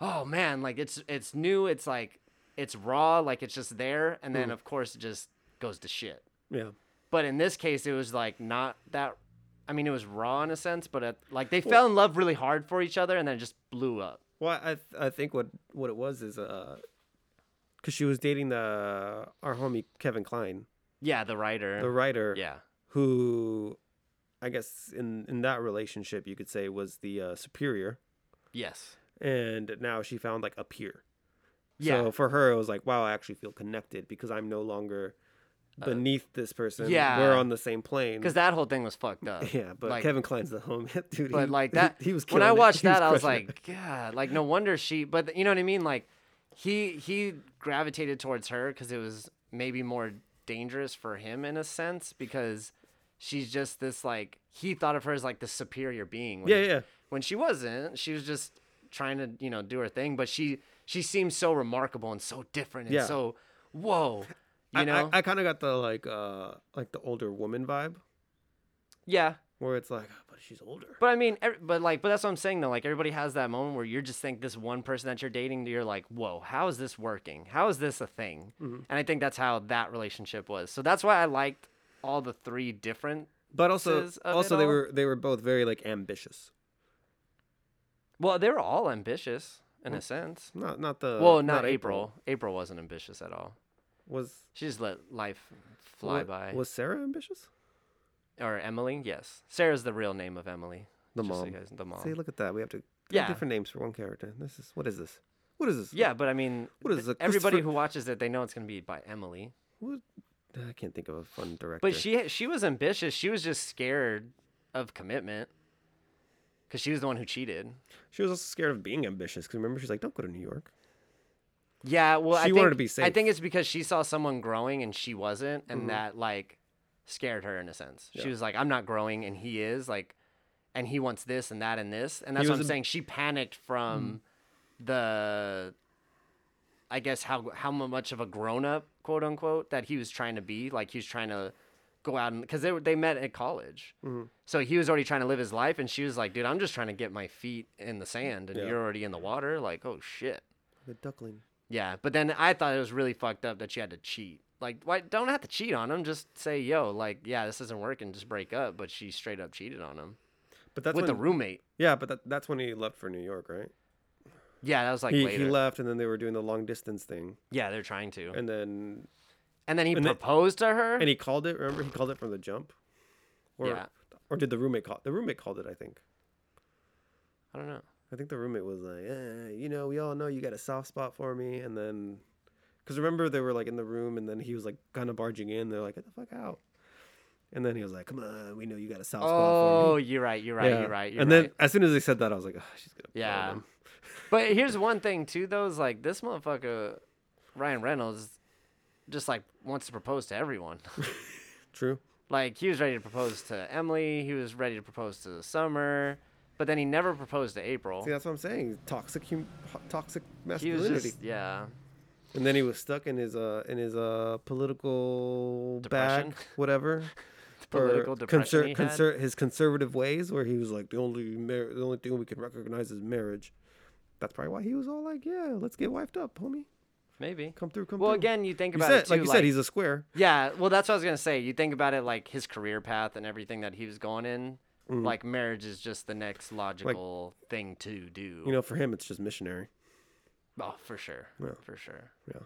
oh man, like it's it's new, it's like it's raw, like it's just there, and Mm. then of course it just goes to shit. yeah, But in this case, it was like not that. I mean, it was raw in a sense, but it, like they fell in love really hard for each other, and then it just blew up. Well, I th- I think what what it was is uh, because she was dating the our homie Kevin Klein, Yeah, the writer. the writer, yeah. who I guess in in that relationship you could say was the uh, superior, Yes. and now she found like a peer. Yeah. So for her, it was like, wow, I actually feel connected because I'm no longer beneath this person. Uh, yeah. we're on the same plane. Because that whole thing was fucked [laughs] up. Yeah, but like- Kevin Klein's the home [laughs] dude. but he- like that he was when i killing it. watched He that i was crushing it. like god like no wonder she but you know what i mean like he he gravitated towards her because it was maybe more dangerous for him in a sense because she's just this like he thought of her as like the superior being when, [laughs] yeah, yeah, yeah. when she wasn't she was just trying to you know do her thing but she she seemed so remarkable and so different and Yeah. so whoa you I- know I, I kind of got the like uh like the older woman vibe yeah where it's like, "Oh, but she's older. But I mean, ev- but like, but that's what I'm saying though. Like, everybody has that moment where you just think this one person that you're dating, you're like, whoa, how is this working? How is this a thing? Mm-hmm. And I think that's how that relationship was. So that's why I liked all the three different. But also, Pieces of it also they all? were they were both very like ambitious. Well, they were all ambitious in a sense. Not uh, not the well, not, April. April. wasn't ambitious at all. Was She just let life fly wa- by. Was Sarah ambitious? or Emily, yes. Sarah's the real name of Emily. The just so mom. you guys- the mom. See, look at that. We have to Three Yeah. different names for one character. This is what is this? What is this? Yeah, but I mean, What is it, everybody Christopher- who watches it, they know it's gonna be by Emily. What- I can't think of a fun director. But she she was ambitious. She was just scared of commitment because she was the one who cheated. she was also scared of being ambitious because remember she's like, don't go to New York. Yeah, well, I She think, wanted to be I safe. Mm-hmm. think it's because she saw someone growing and she wasn't, and that like scared her in a sense. She Yeah. was like, "I'm not growing," and he is like, and he wants this and that and this, and He that's Mm-hmm. what was I'm a- saying. She panicked from the, I guess how how much of a grown up quote unquote that he was trying to be. Like he was trying to go out and because they were they met at college. Mm-hmm. So he was already trying to live his life, and she was like, "Dude, I'm just trying to get my feet in the sand, and Yeah. you're already in the water. Like, oh shit." The duckling. Yeah, but then I thought it was really fucked up that she had to cheat. Like, why don't have to cheat on him? Just say, "Yo, like, yeah, this isn't working. Just break up." But she straight up cheated on him But that's with when, the roommate. Yeah, but that, that's when he left for New York, right? Yeah, that was like he, later. Oh. he left, and then they were doing the long distance thing, yeah, they're trying to. And, and then then he and then- proposed to her. and he called it. Remember, he called it from the jump, or Yeah. or did the roommate call? The roommate called it, I think. I don't know. I think the roommate was like, eh, you know, we all know you got a soft spot for me, and then, because remember they were like in the room, and then he was like kind of barging in. They're like, get the fuck out, and then he was like, come on, we know you got a soft spot for Oh, me. you're right. You're right. Yeah. You're right. You're and right. then as soon as they said that, I was like, oh, she's gonna. blow Yeah. them." [laughs] But here's one thing too, though, is like this motherfucker, Ryan Reynolds, just like wants to propose to everyone. True. Like he was ready to propose to Emily. He was ready to propose to Summer, but then he never proposed to April. See, that's what I'm saying. Toxic, hum- ho- toxic he was masculinity. just yeah. And then he was stuck in his uh in his uh political Depression? [laughs] bag, whatever. Political depression he had? his conservative ways, where he was like the only mar- the only thing we can recognize is marriage. That's probably why he was all like, "Yeah, let's get wifed up, homie. Maybe. Come through, come Well, through." again, you think you about said, it too, like you said, he's a square. yeah. Well, that's what I was gonna say. You think about it like his career path and everything that he was going in. Mm-hmm. Like marriage is just the next logical thing to do. You know, for him, it's just missionary. oh, for sure, Yeah. for sure. Yeah,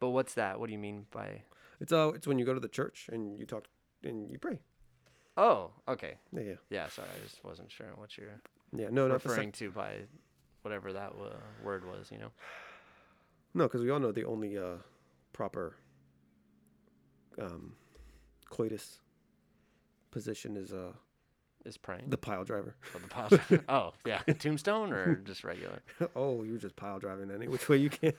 But what's that? What do you mean by? it's uh, it's when you go to the church and you talk and you pray. Oh, okay. Yeah, yeah, Yeah, sorry, I just wasn't sure what you're yeah. No, not the sec- referring to by whatever that w- word was. You know. No, because we all know the only uh, proper um, coitus position is uh, is praying. the pile driver. [laughs] [laughs] for the pasta. oh, yeah. Tombstone or just regular? oh, you were just pile driving any which way you can.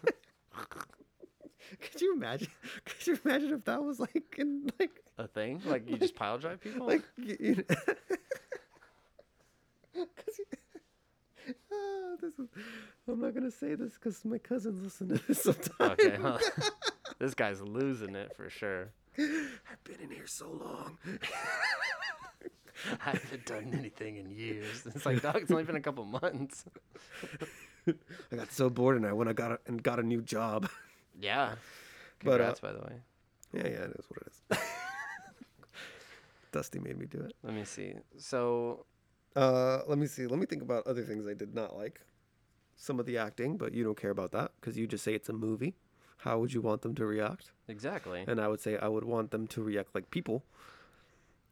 [laughs] could you imagine? [laughs] Could you imagine if that was like in like A thing? Like you just pile drive people? [laughs] like you, you [laughs] Cause you- [laughs] Ah, this is, I'm not gonna say this because my cousins listen to this [laughs] sometimes. okay. huh. [laughs] this guy's losing it for sure. I've been in here so long. [laughs] [laughs] I haven't done anything in years. [laughs] It's like, dog, it's only been a couple months. I got so bored and I went I got a, and got a new job. [laughs] [laughs] Yeah. But, uh, Congrats, by the way. Yeah, yeah, it is what it is. Dusty made me do it. Let me see. So, Uh, let me see. Let me think about other things I did not like. Some of the acting, but you don't care about that because you just say it's a movie. How would you want them to react? exactly. And I would say I would want them to react like people.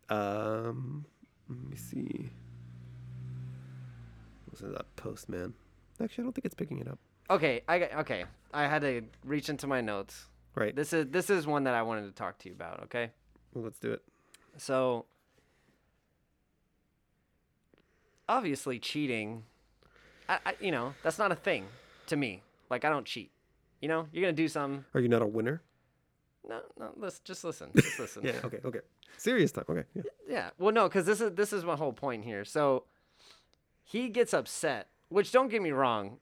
Um, let me see. Listen to that post, man. Actually, I don't think it's picking it up. Okay, I got, okay. I had to reach into my notes. Right. This is this is one that I wanted to talk to you about, okay? Let's do it. So obviously cheating I, I you know, that's not a thing to me. Like I don't cheat. You know, you're gonna do something. Are you not a winner? No, no, let's just listen. [laughs] Just listen. Okay. Okay. Serious time. Okay. Yeah. Yeah. Well, no, because this is this is my whole point here. So he gets upset, which don't get me wrong,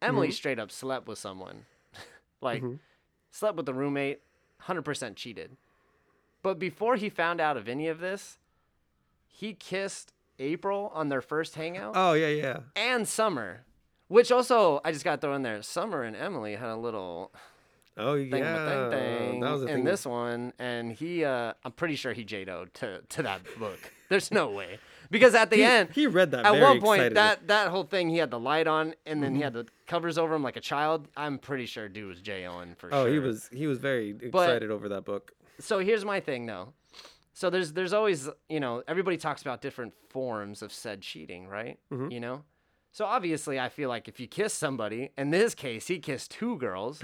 Emily straight up slept with someone, [laughs] like slept with a roommate, hundred percent cheated. But before he found out of any of this, he kissed April on their first hangout Oh yeah yeah. and Summer, which also I just got to throw in there. Summer and Emily had a little Oh yeah. thing yeah, thing That was a in thing. this one, and he uh, I'm pretty sure he JDO'd to to that book. There's no way because at the He- end he read that at very Mm-hmm. one point excitedly. that that whole thing he had the light on and then he had the covers over him like a child. I'm pretty sure dude was JOing for Oh, sure. he was he was very excited over that book. So here's my thing though. So there's Mm-hmm. there's always you know everybody talks about different forms of said cheating, right? You know, So obviously, I feel like if you kiss somebody, in this case, he kissed [clears throat] two girls,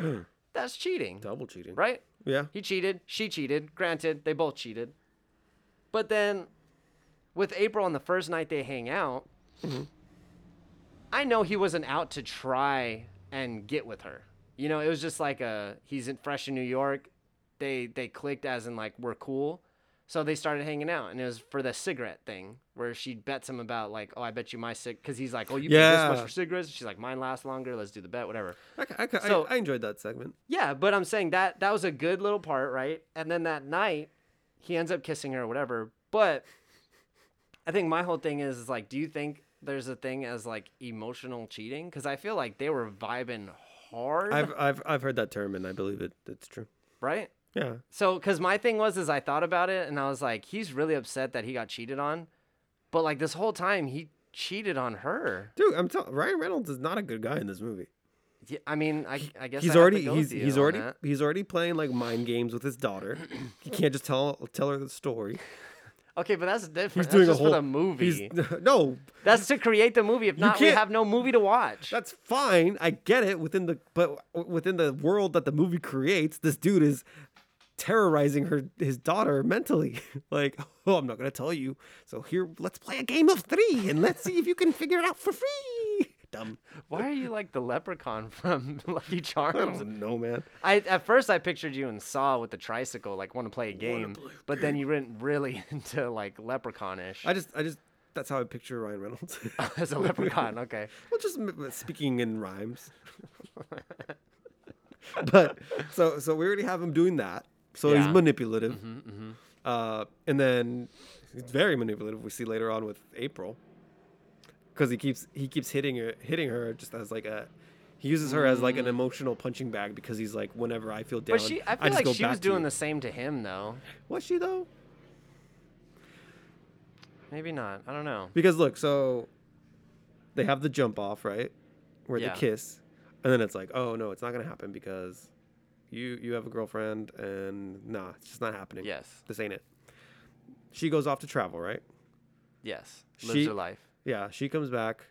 that's cheating, Double cheating. right? Yeah. He cheated, she cheated. Granted, they both cheated. But then with April on the first night they hang out, I know he wasn't out to try and get with her. You know, it was just like a he's in fresh in New York. They they clicked as in like we're cool. So they started hanging out and it was for the cigarette thing where she bets him about like, "Oh, I bet you my cig cuz he's like, "Oh, you pay this Yeah. much for cigarettes." She's like, "Mine lasts longer. Let's do the bet, whatever." I, I, I, So- I enjoyed that segment. Yeah, but I'm saying that that was a good little part, right? And then that night, he ends up kissing her or whatever. But I think my whole thing is, is like, do you think there's a thing as like emotional cheating? Because I feel like they were vibing hard, I've I've I've heard that term and I believe it. It's true. right? Yeah. So, because my thing was, is I thought about it and I was like, he's really upset that he got cheated on, but like this whole time he cheated on her. Dude, I'm telling Ryan Reynolds is not a good guy in this movie. Yeah, I mean, I, I guess I have he's to already go with he's you he's on already that. he's already playing like mind games with his [clears throat] daughter. he can't just tell tell her the story. okay, but that's He's different. that's doing just a whole for the movie. He's, [laughs] no, That's to create the movie. If not, we can't- have no movie to watch. that's fine. I get it within the but within the world that the movie creates, this dude is terrorizing her his daughter mentally. [laughs] like, oh, I'm not gonna tell you. So here, let's play a game of three and let's see if you can figure it out for free. Dumb. Why are you like the leprechaun [laughs] from Lucky I [laughs] Charms? don't know, man. I at first I pictured you in Saw with the tricycle, like want to play a game, but then you went really [laughs] into like leprechaunish I just I just that's how I picture Ryan Reynolds. [laughs] [laughs] as a leprechaun. Okay, Well, just m- m- speaking in rhymes. [laughs] but so so we already have him doing that. So he's Yeah. Mm-hmm, manipulative. Uh, and then he's very manipulative. We see later on with April, because he keeps he keeps hitting her hitting her just as like a. He uses her as like an emotional punching bag because he's like, whenever I feel down, Mm. but she I feel just like go she back was to you." doing the same to him though. Was she though? Maybe not. I [laughs] don't know. Because look, so they have the jump off, right? Where Yeah. they kiss, and then it's like, oh no, it's not gonna happen because you you have a girlfriend, and nah, it's just not happening. Yes, this ain't it. She goes off to travel, right? yes. Lives She- her life. Yeah, she comes back.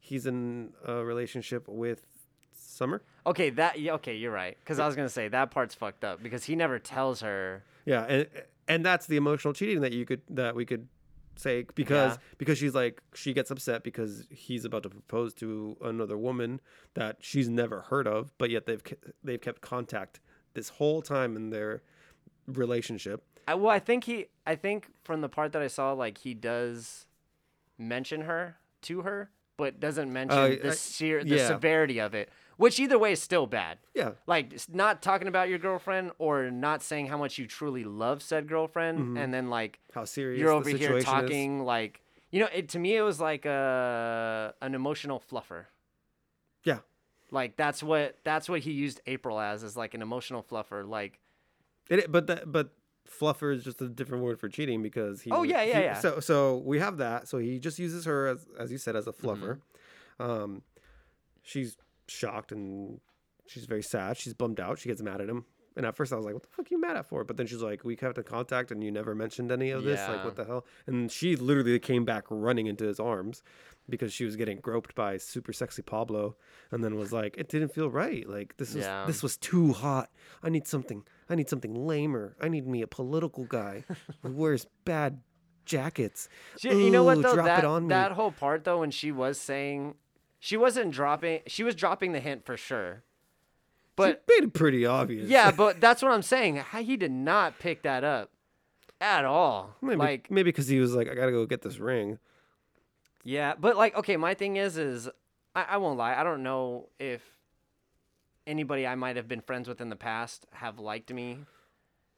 He's in a relationship with Summer. Okay, that yeah, okay. You're right. Because I was gonna say that part's fucked up because he never tells her. Yeah, and and that's the emotional cheating that you could that we could say because Yeah. because she's like she gets upset because he's about to propose to another woman that she's never heard of, but yet they've ke- they've kept contact this whole time in their relationship. I, well, I think he. I think from the part that I saw, like he does mention her to her, but doesn't mention Uh, the I- ser- the yeah. severity of it. Which either way is still bad. Yeah, Like s- not talking about your girlfriend or not saying how much you truly love said girlfriend, and then like how serious you're Mm-hmm. the over here situation is. talking like you know. It, to me, it was like a an emotional fluffer. Yeah, Like that's what that's what he used April as is like an emotional fluffer. Like It, but that, but fluffer is just a different word for cheating because he. Oh, was- yeah, yeah, he- yeah. So so we have that. So he just uses her as as you said as Mm-hmm. a fluffer. Um, she's shocked and she's very sad. She's bummed out. She gets mad at him. And at first I was like, "What the fuck you mad at for?" But then she's like, "We kept in contact, and you never mentioned any of this. Like, Yeah. what the hell?" And she literally came back running into his arms because she was getting groped by super sexy Pablo, and then was like, "It didn't feel right. Like this was Yeah. this was too hot. I need something. I need something lamer. I need me a political guy who wears bad jackets. She, you know what Ooh, though? Drop that it on me. that whole part though, when she was saying, she wasn't dropping. She was dropping the hint for sure. But made it pretty obvious. [laughs] yeah, but that's what I'm saying. How- He did not pick that up at all. Maybe, Like maybe because he was like, I gotta go get this ring. yeah, but like okay, my thing is is I, I won't lie. I don't know if anybody I might have been friends with in the past have liked me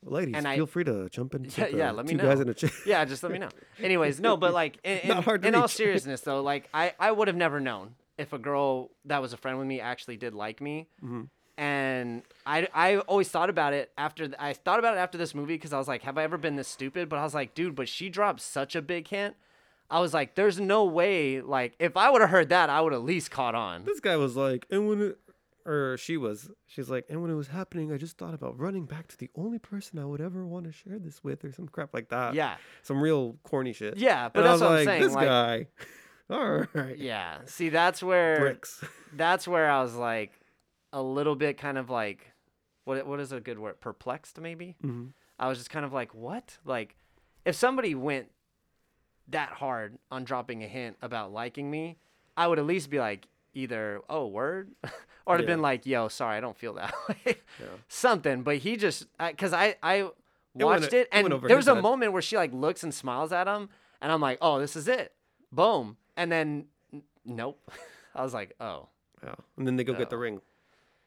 Ladies, And I- feel free to jump into Yeah, the yeah, let me two guys know. in a chair. yeah, just [laughs] let me know. Anyways, no, but like in, in, Not hard to in all reach. [laughs] seriousness though, like I, I would have never known if a girl that was a friend with me actually did like me. Mm-hmm. And I, I always thought about it after th- I thought about it after this movie because I was like, have I ever been this stupid? But I was like, dude, but she dropped such a big hint. I was like, there's no way. Like, if I would have heard that, I would at least caught on. This guy was like, and when it, or she was, she's like, and when it was happening, I just thought about running back to the only person I would ever want to share this with, or some crap like that. Yeah. some real corny shit. Yeah, but And I was that's what I'm like, saying, This like- guy. [laughs] All right. Yeah. See, that's where Bricks. that's where I was like a little bit kind of like what what is a good word? Perplexed maybe? Mm-hmm. I was just kind of like, what? Like, if somebody went that hard on dropping a hint about liking me, I would at least be like, either, oh, word, [laughs] or I'd have Yeah. been like, yo, sorry, I don't feel that [laughs] way. Yeah. Something. But he just, because I, I went- watched it it, went and over there his was a head. moment where she like looks and smiles at him, and I'm like, oh, this is it. Boom. And then, n- nope. [laughs] I was like, oh, Yeah. And then they go get the ring.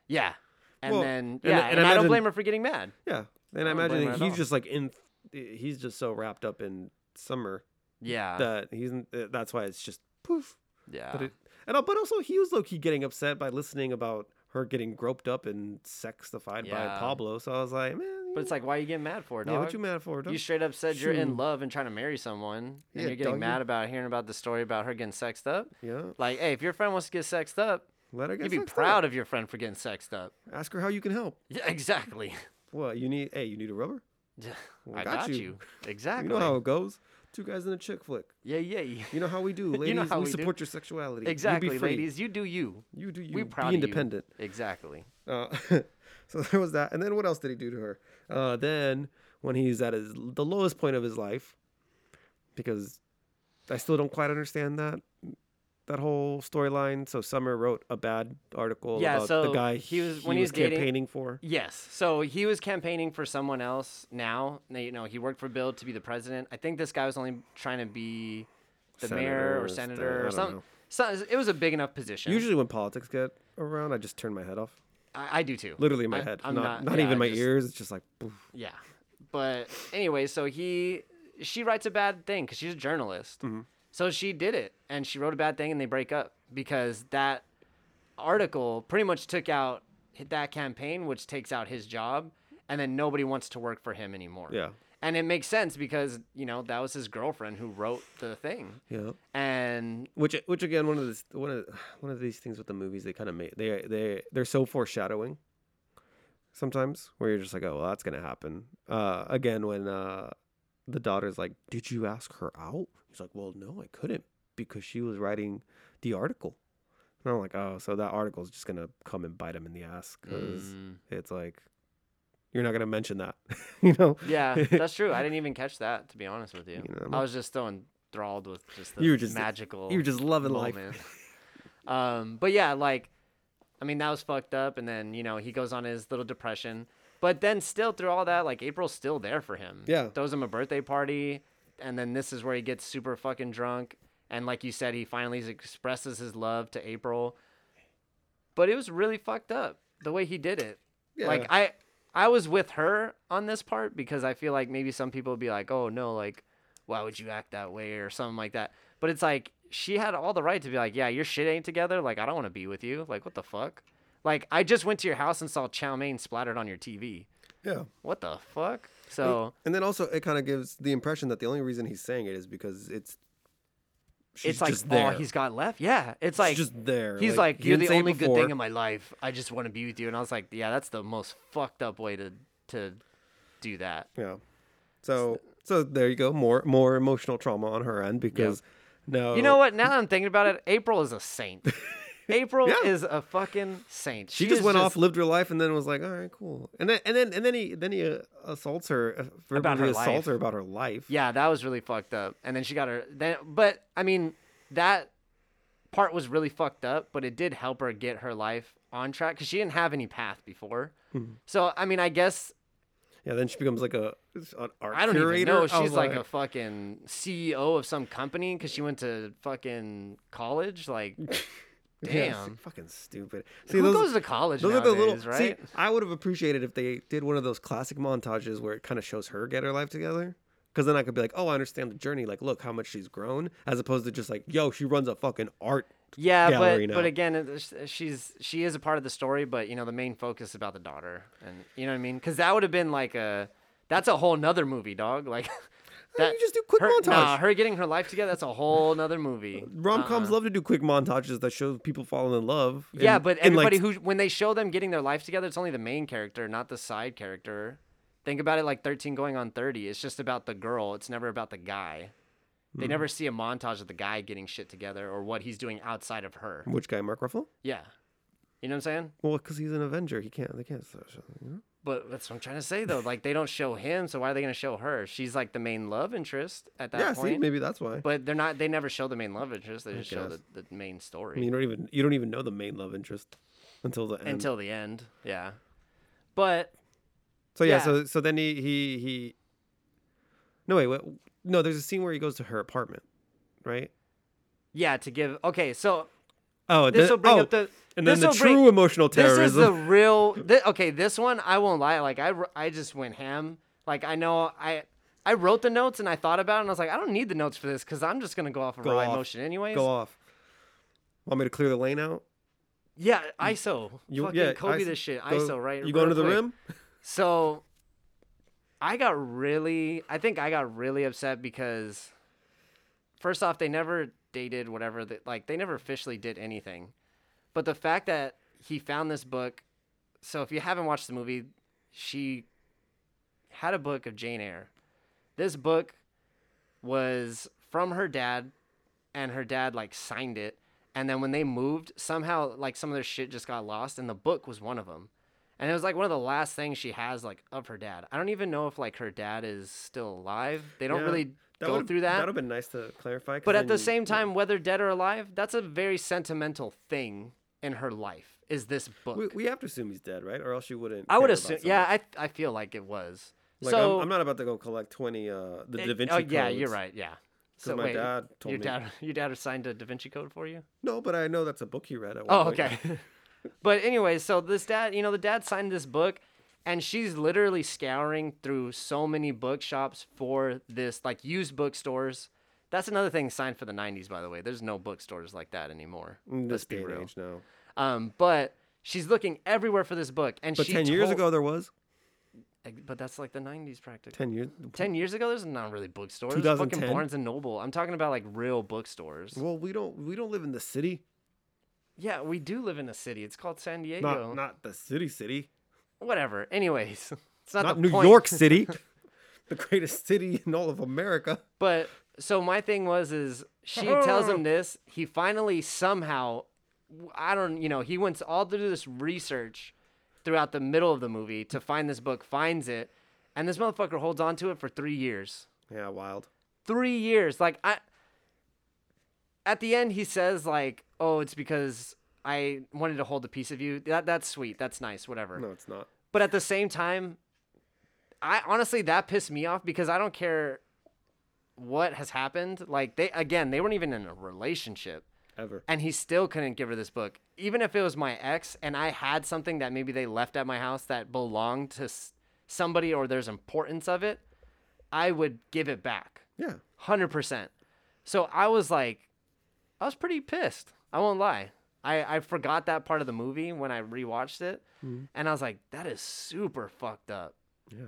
yeah. And Well, then, and- yeah. and And, I don't imagine- blame her for getting mad. Yeah. And I, I don't blame imagine her at he's all. just like in. He's just so wrapped up in summer Yeah. that he's. That's why it's just poof. yeah. But it, and al- but also he was low key getting upset by listening about her getting groped up and sexified by Yeah. Pablo. So I was like, man, But it's like, why are you getting mad for, yeah, dog? what you mad for? Don't- You straight up said you're in Shoot. love and trying to marry someone, and Yeah, you're getting doggy. mad about hearing about the story about her getting sexed up. yeah, Like, hey, if your friend wants to get sexed up, let her get. you'd be sexed proud up. of your friend for getting sexed up. Ask her how you can help. Yeah, [laughs] exactly. What you need? Hey, you need a rubber. Yeah, Well, I got got, you. you. You Exactly. You know how it goes. Two guys in a chick flick. yeah, yeah, yeah. You know how we do, ladies. [laughs] You know how we, we do. support your sexuality. You be Exactly, free. ladies. You do you. You do you. we proud be of you. independent. Exactly. Uh, [laughs] so there was that. And then what else did he do to her? Uh, then when he's at his the lowest point of his life, because I still don't quite understand that that whole storyline. So Summer wrote a bad article Yeah, about the so guy he was- when he was dating- campaigning for. Yes. So he was campaigning for someone else now. Now, You know, he worked for Bill to be the president. I think this guy was only trying to be the Senator mayor or or sta- I senator or don't something. know. So it was a big enough position. Usually when politics get around, I just turn my head off. I, I do too. Literally in my I- head. I'm not not- not, yeah, even I my just- ears. It's just like poof. Yeah. But anyway, so he she writes a bad thing because she's a journalist. Mm-hmm. So she did it, and she wrote a bad thing, and they break up because that article pretty much took out that campaign, which takes out his job, and then nobody wants to work for him anymore. Yeah. And it makes sense because you know that was his girlfriend who wrote the thing, Yeah. and Which, which again, one of this, one of, one of these things with the movies, they kind of make they, they, they're so foreshadowing. Sometimes where you're just like, oh, well, that's gonna happen. Uh, again, when uh, the daughter's like, did you ask her out? He's like, well, no, I couldn't because she was writing the article. And I'm like, oh, so that article's just gonna come and bite him in the ass because Mm. it's like, you're not gonna mention that, [laughs] you know? yeah, that's true. I didn't even catch that to be honest with you. [laughs] You know, I'm I was just so enthralled with just the You were just- magical. You're just loving life. moment. [laughs] um, but yeah, like, I mean, that was fucked up. And then, you know, he goes on his little depression. But then, still, through all that, like, April's still there for him. Yeah. Throws him a birthday party. And then this is where he gets super fucking drunk. And like you said, he finally expresses his love to April. But it was really fucked up the way he did it. Like, Yeah. I. I was with her on this part because I feel like maybe some people would be like, "Oh no, like why would you act that way or something like that. But it's like she had all the right to be like, yeah, your shit ain't together. Like I don't want to be with you. Like what the fuck? Like I just went to your house and saw chow mein splattered on your TV. Yeah. What the fuck? So And then also, it kind of gives the impression that the only reason he's saying it is because it's. she's it's like just all there. he's got left. Yeah, it's She's like just there. he's like, he you're didn't the say it only good before. thing in my life. I just want to be with you. And I was like, yeah, that's the most fucked up way to to do that. Yeah. So so there you go. More more emotional trauma on her end because no. You know what? Now that I'm thinking about it, April is [laughs] a saint. April Yeah. is a fucking saint. She, just is went off, lived her life, and then was like, "All right, cool." And then and then and then he then he uh, assaults her, uh, verbally About her assaults life. her about her life. Yeah, that was really fucked up. And then she got her then but I mean that part was really fucked up, but it did help her get her life on track cuz she didn't have any path before. Mm-hmm. So, I mean, I guess Yeah. Then she becomes like a an art I don't curator. even know. I was She's like, a fucking CEO of some company cuz she went to fucking [laughs] college like Yeah, damn. fucking stupid. See Who those goes to college Those nowadays, are the little. right? See, I would have appreciated if they did one of those classic montages where it kind of shows her get her life together. Because then I could be like, oh, I understand the journey. Like, look how much she's grown, as opposed to just like, yo, she runs a fucking art. yeah, gallery but now. but again, it- uh, she's she is a part of the story, but you know the main focus is about the daughter, and you know what I mean? Because that would have been like a that's a whole nother movie, dog. Like [laughs] that. Uh, you just do quick her, montage. Nah, her getting her life together. That's a whole nother movie. Rom coms Uh-uh. love to do quick montages that show people falling in love. yeah, and- but and, like, everybody who when they show them getting their life together, it's only the main character, not the side character. Think about it like 13 going on 30. It's just about the girl. It's never about the guy. They Mm-hmm. never see a montage of the guy getting shit together or what he's doing outside of her. Which guy, Mark Ruffalo? Yeah. You know what I'm saying? Well, because he's an Avenger, he can't. They can't. so- so, You know? But that's what I'm trying to say though. Like they don't show him, so why are they gonna show her? She's like the main love interest at that Yeah, point. see, maybe that's why. But they're not. They never show the main love interest. They just show guess. the, the main I story mean, you don't even you don't even know the main love interest until the end. until the end. Yeah. But so yeah, yeah. so so then he he he. No wait, what? No, there's a scene where he goes to her apartment, right? yeah, to give. Okay, so Oh, this then- will oh, bring up the. and then the this'll bring- true emotional terrorism. This is the real. thi- okay, this one I won't lie. Like I, wr- I just went ham. Like I know I, I wrote the notes and I thought about it and I was like, I don't need the notes for this because I'm just gonna go off of Go raw off. emotion [laughs] anyways. Go off. Want me to clear the lane out? Yeah, ISO. You Fucking yeah, Kobe iso- this shit. go- ISO right. You going real to the quick. rim? So I got really I think I got really upset because first off they never dated whatever that like they never officially did anything. But the fact that he found this book so if you haven't watched the movie, she had a book of Jane Eyre. This book was from her dad and her dad like signed it and then when they moved somehow like some of their shit just got lost and the book was one of them and it was like one of the last things she has like of her dad i don't even know if like her dad is still alive they don't Yeah, really go would've- through that That would have been nice to clarify. 'cause but at then the you- same time whether dead or alive that's a very sentimental thing in her life is this book we, we have to assume he's dead, right? Or else you wouldn't. i would care about assume someone. yeah I, I feel like it was Like, so I'm, I'm not about to go collect 20 uh the it- Da Vinci oh yeah you're Codes, right yeah 'cause my wait, dad told your me. dad [laughs] your dad assigned a da vinci code for you No, but I know that's a book he read. At one Oh, point. okay. [laughs] [laughs] but anyway, so this dad, you know, the dad signed this book, and she's literally scouring through so many bookshops for this, like used bookstores. That's another thing signed for the '90s, by the way. There's no bookstores like that anymore. In Mm, this Let's be day and real. age now. Um, but she's looking everywhere for this book, and But she 10 years told- ago, there was. But that's like the '90s practice. 10 years. Ten years ago, there's not really bookstores. Fucking 2010? Barnes and Noble. I'm talking about like real bookstores. Well, we don't we don't live in the city. yeah, we do live in a city. It's called San Diego. Not, not the city city. Whatever. Anyways, [laughs] it's not, Not the New point. York [laughs] City. the greatest city in all of America. But so my thing was is [laughs] she tells him this. He finally somehow, I don't, you know, he went all through this research throughout the middle of the movie to find this book, finds it, and this motherfucker holds on to it for three years. Yeah, wild. Three years, like I. At the end, he says like, "Oh, it's because I wanted to hold a piece of you." That that's sweet. That's nice. Whatever. No, it's not. But at the same time, I honestly that pissed me off because I don't care what has happened. Like they again, they weren't even in a relationship Ever. and he still couldn't give her this book. Even if it was my ex and I had something that maybe they left at my house that belonged to s- somebody or there's importance of it, I would give it back. Yeah. 100%. So I was like I was pretty pissed. I won't lie. I, I forgot that part of the movie when I rewatched it. And I was like, that is super fucked up. Yeah.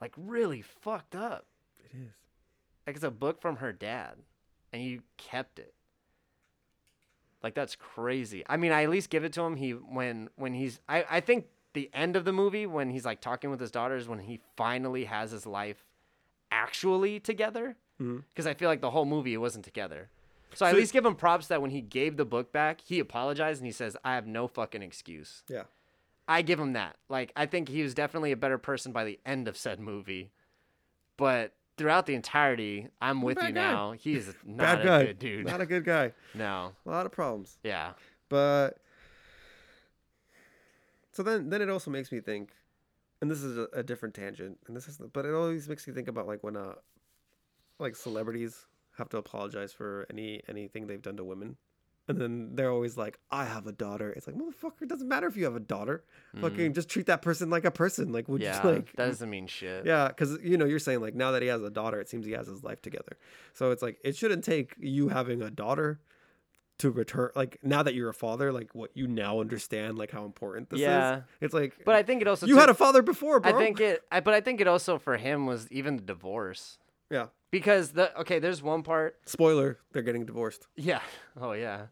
Like, really fucked up. It is. Like, it's a book from her dad, and you kept it. Like, that's crazy. I mean, I at least give it to him. He, when, when he's, I, I think the end of the movie, when he's like talking with his daughter, is when he finally has his life actually together. Mhm. Because I feel like the whole movie, it wasn't together. So I at So- least give him props that when he gave the book back, he apologized and he says, I have no fucking excuse. Yeah. I give him that. Like, I think he was definitely a better person by the end of said movie. But throughout the entirety, I'm with bad you guy. now. He [laughs] is not Bad a guy. good dude. Not a good guy. no. A lot of problems. Yeah. But so then, then it also makes me think, and this is a, a different tangent, and this is, but it always makes me think about like when uh, like celebrities have to apologize for any anything they've done to women, and then they're always like, "I have a daughter." It's like, motherfucker, it doesn't matter if you have a daughter. Fucking just treat that person like a person. Like, would Yeah. you like? that doesn't mean shit. Yeah, because you know you're saying like now that he has a daughter, it seems he has his life together. So it's like it shouldn't take you having a daughter to return. Like now that you're a father, like what you now understand, like how important this Yeah. is. It's like, But I think it also you took- had a father before, bro. I think it I, but I think it also for him was even the divorce. yeah. Because the okay, there's one part Spoiler: they're getting divorced. Yeah. [laughs] Oh yeah.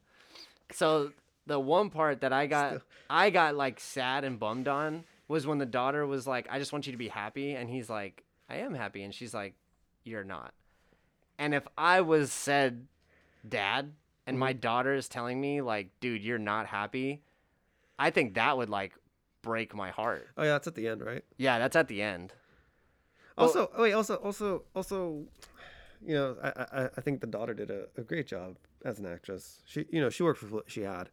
So the one part that I got I got like sad and bummed on was when the daughter was like, I just want you to be happy and he's like, I am happy and she's like, You're not. And if I was said dad and my daughter is telling me like, dude, you're not happy, I think that would like break my heart. Oh yeah, that's at the end, right? Yeah, that's at the end. Well- Also, oh, wait, also, also, also, you know, I, I- I, I think the daughter did a, a great job as an actress. She, you know, she worked for what she had,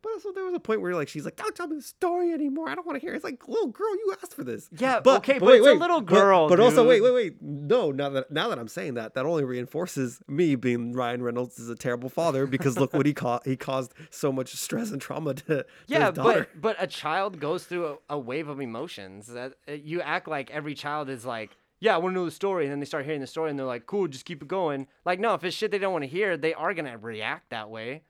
but also there was a point where like she's like, "Don't tell me the story anymore. I don't want to hear." it." It's like, little girl, you asked for this. Yeah, okay, but it's a little girl, But, also, wait, dude. wait, wait. No, now that now that I'm saying that, that only reinforces me being Ryan Reynolds is a terrible father because look what he caused. He caused so much stress and trauma to, to Yeah, his daughter. but but a child goes through a, a wave of emotions. That uh, you act like every child is like, yeah, I want to know the story, and then they start hearing the story, and they're like, cool, just keep it going. Like, no, if it's shit they don't want to hear, they are gonna react that way.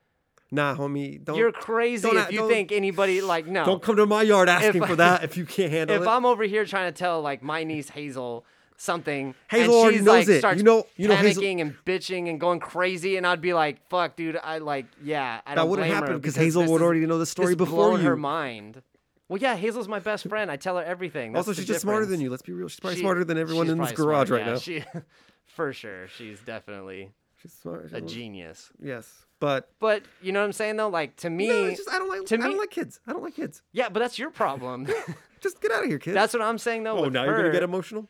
nah, homie, don't You're crazy don't if a- you don't- think anybody like no. don't come to my yard asking I- for that if you can't handle [laughs] if it. I'm over here trying to tell like my niece Hazel something, Hazel and already she's knows like it. You starts know- you know panicking Hazel- and bitching and going crazy, and I'd be like, "Fuck, dude, I like, yeah, I don't." that wouldn't blame her happen because Hazel this would is- already know the story this before blown you. her mind. Well, yeah, Hazel's my best friend. I tell her everything. That's also, the she's just smarter than difference. you. Let's be real. She's probably She- smarter than everyone she's in this probably smart, garage right yeah, now. She, [laughs] for sure, she's definitely she's smart. a she's- genius. Yes, but But you know what I'm saying though. Like to me, no, it's just I don't like. to I don't me- like kids. I don't like kids. yeah, but that's [laughs] your problem. [laughs] Just get out of here, kids. that's what I'm saying though. oh, with now her, you're gonna get emotional.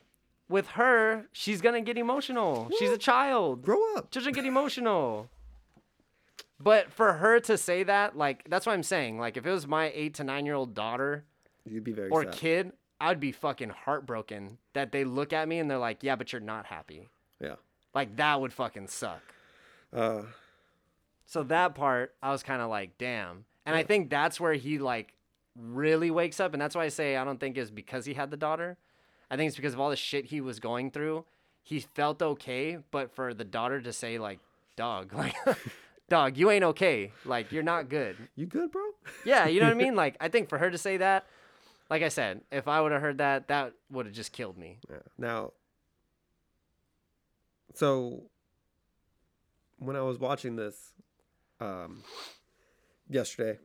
with her, she's gonna get emotional. She's a child. Grow up. Children get emotional. But for her to say that, like, that's what I'm saying. Like, if it was my eight to nine year old daughter You'd be very or sad. kid, I'd be fucking heartbroken that they look at me and they're like, yeah, but you're not happy. Yeah. Like, that would fucking suck. Uh, So that part, I was kind of like, damn. And I think that's where he like really wakes up. And that's why I say I don't think it's because he had the daughter. I think it's because of all the shit he was going through. He felt okay, but for the daughter to say like, dog, [laughs] like, dog, you ain't okay. Like, you're not good. you good, bro? Yeah, you know what [laughs] I mean? Like, I think for her to say that, like I said, if I would have heard that, that would have just killed me. Yeah. Now, so when I was watching this um, yesterday,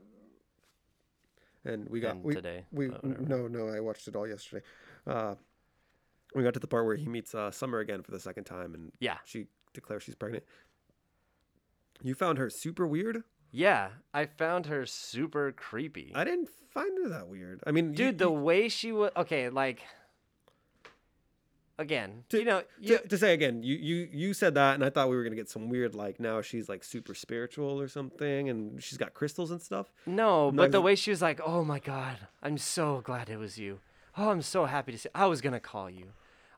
and we got And we, today, we but whatever. no no I watched it all yesterday. Uh, we got to the part where he meets uh, Summer again for the second time, and Yeah. she declares she's pregnant. You found her super weird. Yeah, I found her super creepy. I didn't find her that weird. I mean, you- dude the you- way she was okay like again To- you know to, you, to say again, you you you said that, and I thought we were gonna get some weird like now she's like super spiritual or something, and she's got crystals and stuff. no not e- but the even- way she was like oh my god i'm so glad it was you oh i'm so happy to see i was gonna call you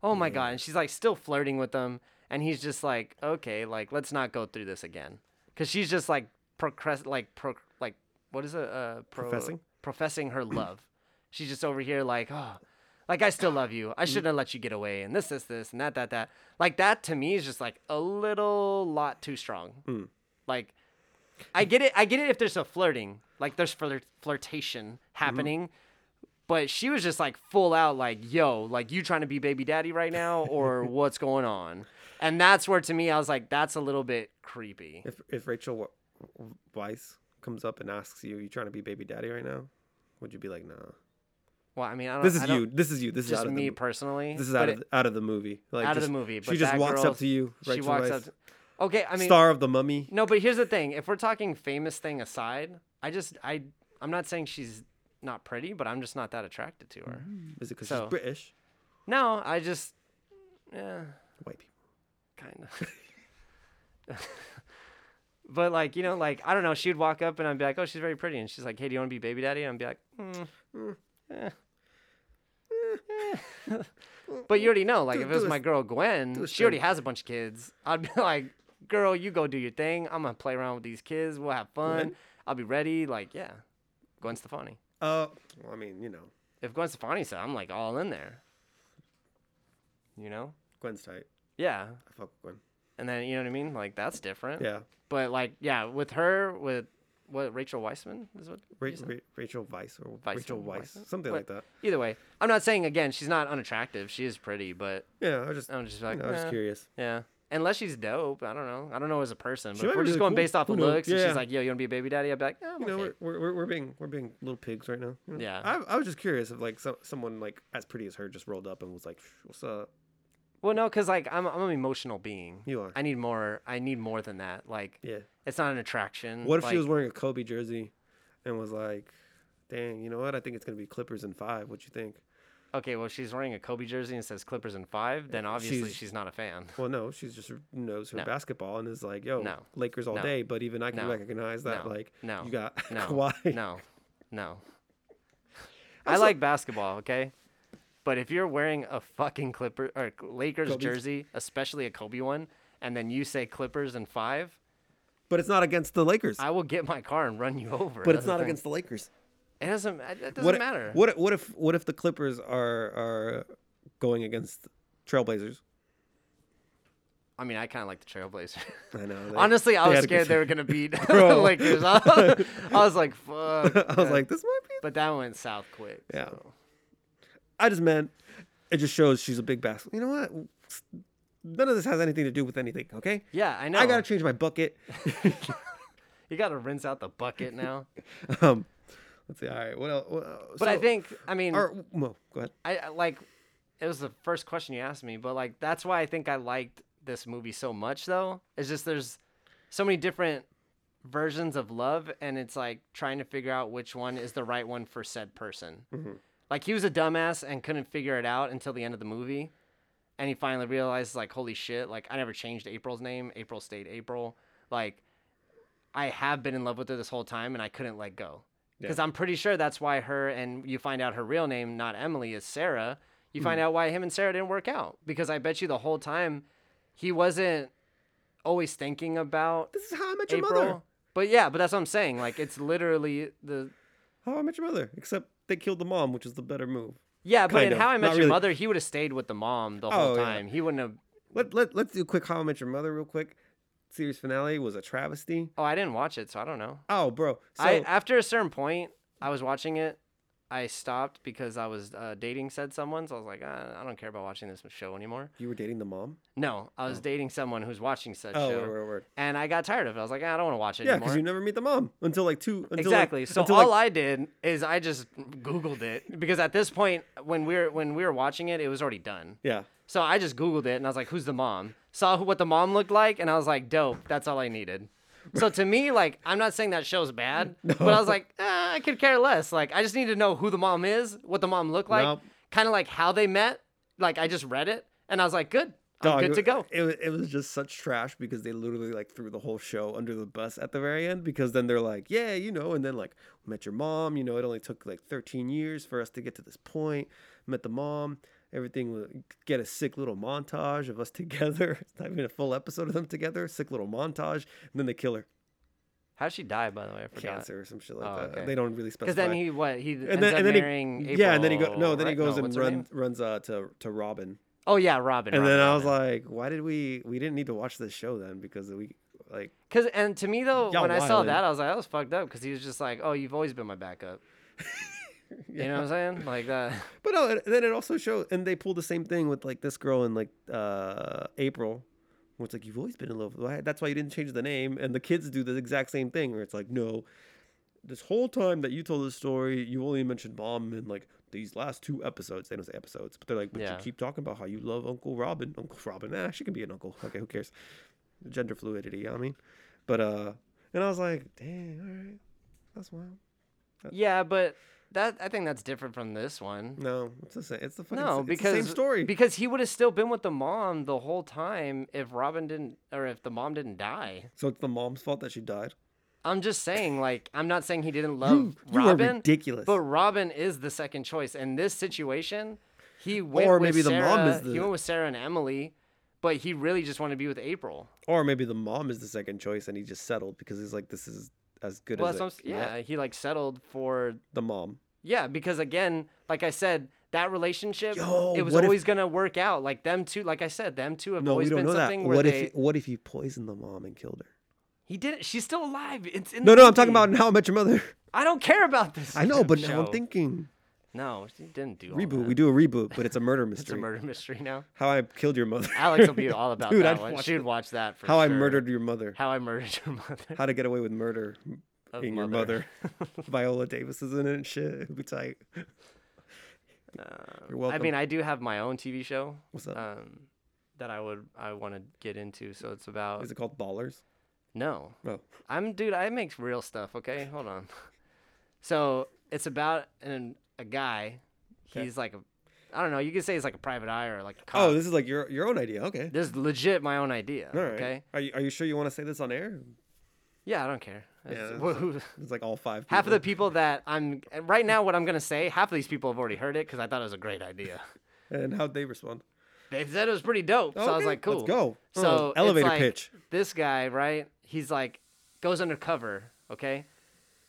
oh my god and she's like still flirting with him and he's just like okay like let's not go through this again because she's just like procrast like pro like what is it uh pro- Professing? professing her love she's just over here like oh like I still love you. Mm. I shouldn't have let you get away. And this, this, this, and that, that, that. Like that to me is just like a little lot too strong. Mm. Like I get it. I get it if there's a flirting, like there's flirt- flirtation happening. Mm-hmm. But she was just like full out, like yo, like you trying to be baby daddy right now, [laughs] or what's going on? And that's where to me I was like, that's a little bit creepy. If if Rachel Weiss comes up and asks you, "You trying to be baby daddy right now?" Would you be like, "No, Well, I mean, I don't. this is I don't- you. This is you. This is Just out of me the, personally. this is but out it- of the, out of the movie. Like, Out of the just- movie, She but just that walks girl- up to you. Rachel she walks Weiss, up. okay, I mean, star of the Mummy. No, but here's the thing. If we're talking famous thing aside, I just I I'm not saying she's not pretty, but I'm just not that attracted to her. Is it because So- she's British? No, I just yeah, White people. kind of. but like, you know, like I don't know, she would walk up and I'd be like, "Oh, she's very pretty." And she's like, "Hey, do you want to be baby daddy?" And I'd be like, mm, eh, eh." But you already know, like, Do- if do it was a- my girl Gwen, a she already thing. has a bunch of kids. I'd be [laughs] like, girl, you go do your thing. I'm gonna play around with these kids. We'll have fun. Gwen? I'll be ready. Like, yeah, Gwen Stefani. Uh, well, I mean, you know, If Gwen Stefani said, I'm like all in there. You know? Gwen's tight. Yeah. I fuck with Gwen. And then you know what I mean? Like that's different. Yeah, But like, yeah, with her, with what Rachel Weissman is what. Ra- you said? Ra- Rachel Weiss or Weiss, Rachel Weiss, Weiss? something like What- that. Either way, I'm not saying again she's not unattractive. She is pretty, but Yeah, I was just, I'm just like, I was just nah. curious. yeah. Unless she's dope, I don't know. I don't know as a person, but might if be we're just really going cool. based off Who the knows? looks, and Yeah. she's like, "Yo, you want to be a baby daddy?" I'd be like, "Yeah, I'm You know, okay." we're, we're, we're, we're being we're being little pigs right now. you know? Yeah. I, I was just curious if like so, someone like as pretty as her just rolled up and was like, "What's up?" Well, no, because like I'm, I'm an emotional being. You are. I need more. I need more than that. Like yeah. it's not an attraction. What if Mm, like, she was wearing a Kobe jersey and was like, dang, you know what? I think it's going to be Clippers in five. What you think? okay? Well, if she's wearing a Kobe jersey and says Clippers in five. Then obviously she's- she's, not a fan. Well, no, she's just knows her No. basketball and is like, yo, No. Lakers all No. day. But even I can No. recognize that, No. like, No. you got [laughs] No. Kawhi. No, no. I'm I so- like basketball, okay? But if you're wearing a fucking Clipper or Lakers Kobe's- jersey, especially a Kobe one, and then you say Clippers in five, But it's not against the Lakers. I will get my car and run you over. but it's That's the not thing. against the Lakers. It doesn't. It doesn't what, matter. What if- what if what if the Clippers are are going against Trailblazers? I mean, I kind of like the Trailblazers. I know. [laughs] they- [laughs] Honestly, I they was had a good scared they were gonna beat [laughs] the Bro. Lakers. I was, I was like, fuck. [laughs] I was yeah. like, this might be. but that went south quick. Yeah. so. I just meant it just shows she's a big basketball. You know what? None of this has anything to do with anything. Okay. Yeah, I know. I gotta change my bucket. [laughs] you gotta rinse out the [laughs] bucket now. um, let's see. All right. What else? What, But I think, I mean, Or, well, go ahead. I I- like it was the first question you asked me, but like that's why I think I liked this movie so much though. It's just there's so many different versions of love and it's like trying to figure out which one is the right one for said person. Like he was a dumbass and couldn't figure it out until the end of the movie. And he finally realized like holy shit, like I never changed April's name. April stayed April. Like I have been in love with her this whole time and I couldn't let go. Because I'm pretty sure that's why her and you find out her real name, not Emily, is Sarah. You find out why him and Sarah didn't work out. Because I bet you the whole time he wasn't always thinking about This is how I met your mother. April. But yeah, but that's what I'm saying. Like it's literally the How I met your mother. Except they killed the mom, which is the better move. Yeah, but Kind in of. How I Met Not Your really. Mother, he would have stayed with the mom the whole Oh, yeah. time. He wouldn't have Let let let's do a quick how I met your mother real quick. Series finale was a travesty. Oh, I didn't watch it, so I don't know. Oh, bro. So I after a certain point, I was watching it. I stopped because I was uh, dating said someone, so I was like, "Ah, I don't care about watching this show anymore. you were dating the mom. No, I was dating someone who's watching said Oh, show, word, word, word. and I got tired of it. I was like, "Ah, I don't want to watch it yeah, because anymore. you never meet the mom until like two. Until like- exactly. so until all like, I did is I just Googled it because at this point, when we were when we were watching it, it was already done. yeah. So I just Googled it and I was like, who's the mom? Saw who, what the mom looked like and I was like, dope. That's all I needed. So to me, like, I'm not saying that [laughs] show's bad, but I was like, eh, I could care less. Like, I just need to know who the mom is, what the mom looked like, Nope. kind of like how they met. Like, I just read it and I was like, good. I'm Dog, good it- to go. It, wa- it was just such trash because they literally like threw the whole show under the bus at the very end because then they're like, yeah, you know, and then like met your mom, you know, it only took like 13 years for us to get to this point. Met the mom, everything was get a sick little montage of us [laughs] together. It's not even a full episode of them together, sick little montage, and then they kill her How'd she die, by the way? I forgot. cancer or some shit like Oh, that. okay. They don't really Because specify. then he, what? He ends up he- marrying April. yeah, and then he go no, then he right? goes and what's her name? runs runs uh to to Robin. Oh, yeah, Robin. and then I was like, why did we we didn't need to watch this show then because we like Cause and to me though, Y'all when I saw wildin'. that, I was like, that was fucked up. Cause he was just like, oh, you've always been [laughs] my backup. You know what I'm saying? Like that. but no, and then it also shows and they pull the same thing with like this girl and like uh April where it's like you've always been in love why that's why you didn't change the name and the kids do the exact same thing where it's like no this whole time that you told the story you only mentioned mom in like these last two episodes they don't say episodes but they're like but Yeah. you keep talking about how you love Uncle Robin Uncle Robin nah she can be an uncle okay who cares gender fluidity you know what I mean but uh and I was like dang all right [laughs] that's wild Yeah, but that I think that's different from this one. no it's the same it's the fucking No, it's because the same story because he would have still been with the mom the whole time if Robin didn't or if the mom didn't die. So it's the mom's fault that she died. I'm just saying, like, I'm not saying he didn't love you are Robin, ridiculous. but Robin is the second choice in this situation. He went Or with maybe the Sarah, mom is he the- went with Sarah and Emily, but he really just wanted to be with April. Or maybe the mom is the second choice and he just settled because he's like, this is as good Well, as that's it what I'm s- can get. yeah, he like settled for the mom. yeah because again, like I said, that relationship Yo, it was what if- always gonna work out. Like them two, like I said, them two have No, we always don't been know that. something where What they if what if you poisoned the mom and killed her? he didn't. She's still alive. It's in No, the no, I'm talking movie. about How I Met Your Mother. I don't care about this. I know, damn [laughs] but now I'm show. thinking no, she didn't do all reboot. that. We do a reboot, but it's a murder mystery. Oh, [laughs] It's a murder mystery [laughs] now. How I killed your mother. [laughs] Alex will be all about Dude, that I'd one. watch She would watch that for How I sure. murdered your mother. How I murdered your mother. [laughs] How to get away with murder Of in your mother. mother. [laughs] Viola Davis is in it. and Shit, it'd be tight. You're welcome. Uh, I mean, I do have my own TV show. Uh. What's up? Um, that I would I want to get into. So it's about Is it called Ballers? no. Oh. I'm dude. I make real stuff. Okay, hold on. [laughs] So it's about an a guy. Okay. He's like a I don't know. You could say he's like a private eye or like a cop. Oh, this is like your your own idea. Okay. this is legit my own idea. All right. Okay. Are you, are you sure you want to say this on air? Yeah, I don't care. It's- that's wh- who- It's like all five. half of the people that I'm and right now, what I'm gonna say, half of these people have already heard it because I thought it was a [laughs] great idea. And how'd they respond? They said it was pretty dope, so I was Okay, like, cool. Let's go. So Oh, it's elevator like pitch. This guy, right? He's like goes undercover, okay?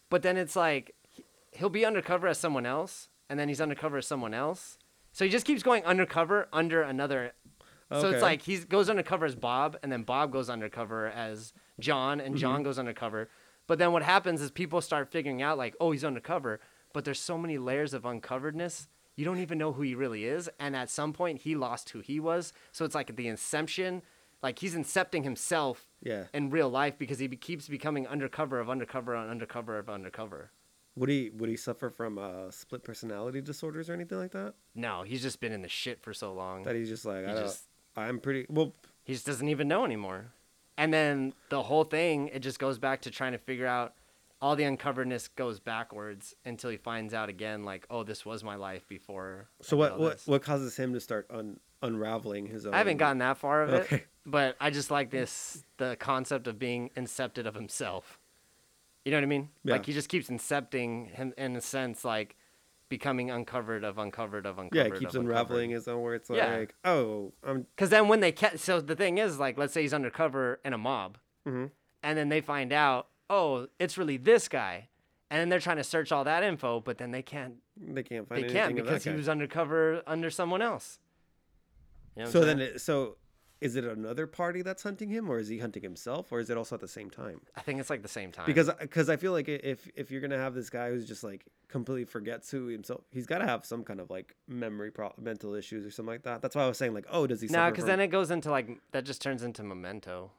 But then it's like he- he'll be undercover as someone else, and then he's undercover as someone else. So he just keeps going undercover under another. So Okay. it's like he goes undercover as Bob, and then Bob goes undercover as John, and John goes undercover. But then what happens is people start figuring out like, oh, he's undercover. But there's so many layers of uncoveredness. You don't even know who he really is. And at some point, he lost who he was. So it's like the inception. Like he's incepting himself Yeah. in real life because he be- keeps becoming undercover of undercover on undercover of undercover. Would he would he suffer from uh, split personality disorders or anything like that? No, he's just been in the shit for so long. That he's just like I don't, just- I'm pretty well. he just doesn't even know anymore. And then the whole thing, it just goes back to trying to figure out all the uncoveredness goes backwards until he finds out again, like, oh, this was my life before. I So did what all what this. what causes him to start un, unraveling his own? I haven't gotten that far of it, Okay. but I just like this the concept of being incepted of himself. You know what I mean? Yeah. Like he just keeps incepting him in a sense, like becoming uncovered of uncovered of uncovered. Yeah, it keeps of unraveling his own. Where it's like, Yeah. oh, I'm Because then when they catch, so the thing is, like, let's say he's undercover in a mob, Mhm. and then they find out, oh, it's really this guy, and then they're trying to search all that info, but then they can't, they can't find they anything can't of that because he guy. was undercover under someone else. You know what I'm So then, saying? it, so is it another party that's hunting him, or is he hunting himself, or is it also at the same time? I think it's like the same time Because because I feel like i- if if you're gonna have this guy who's just like completely forgets who himself, he's got to have some kind of like memory pro- mental issues or something like that. That's why I was saying like, oh, does he? no, suffer because from- then it goes into like that just turns into Memento.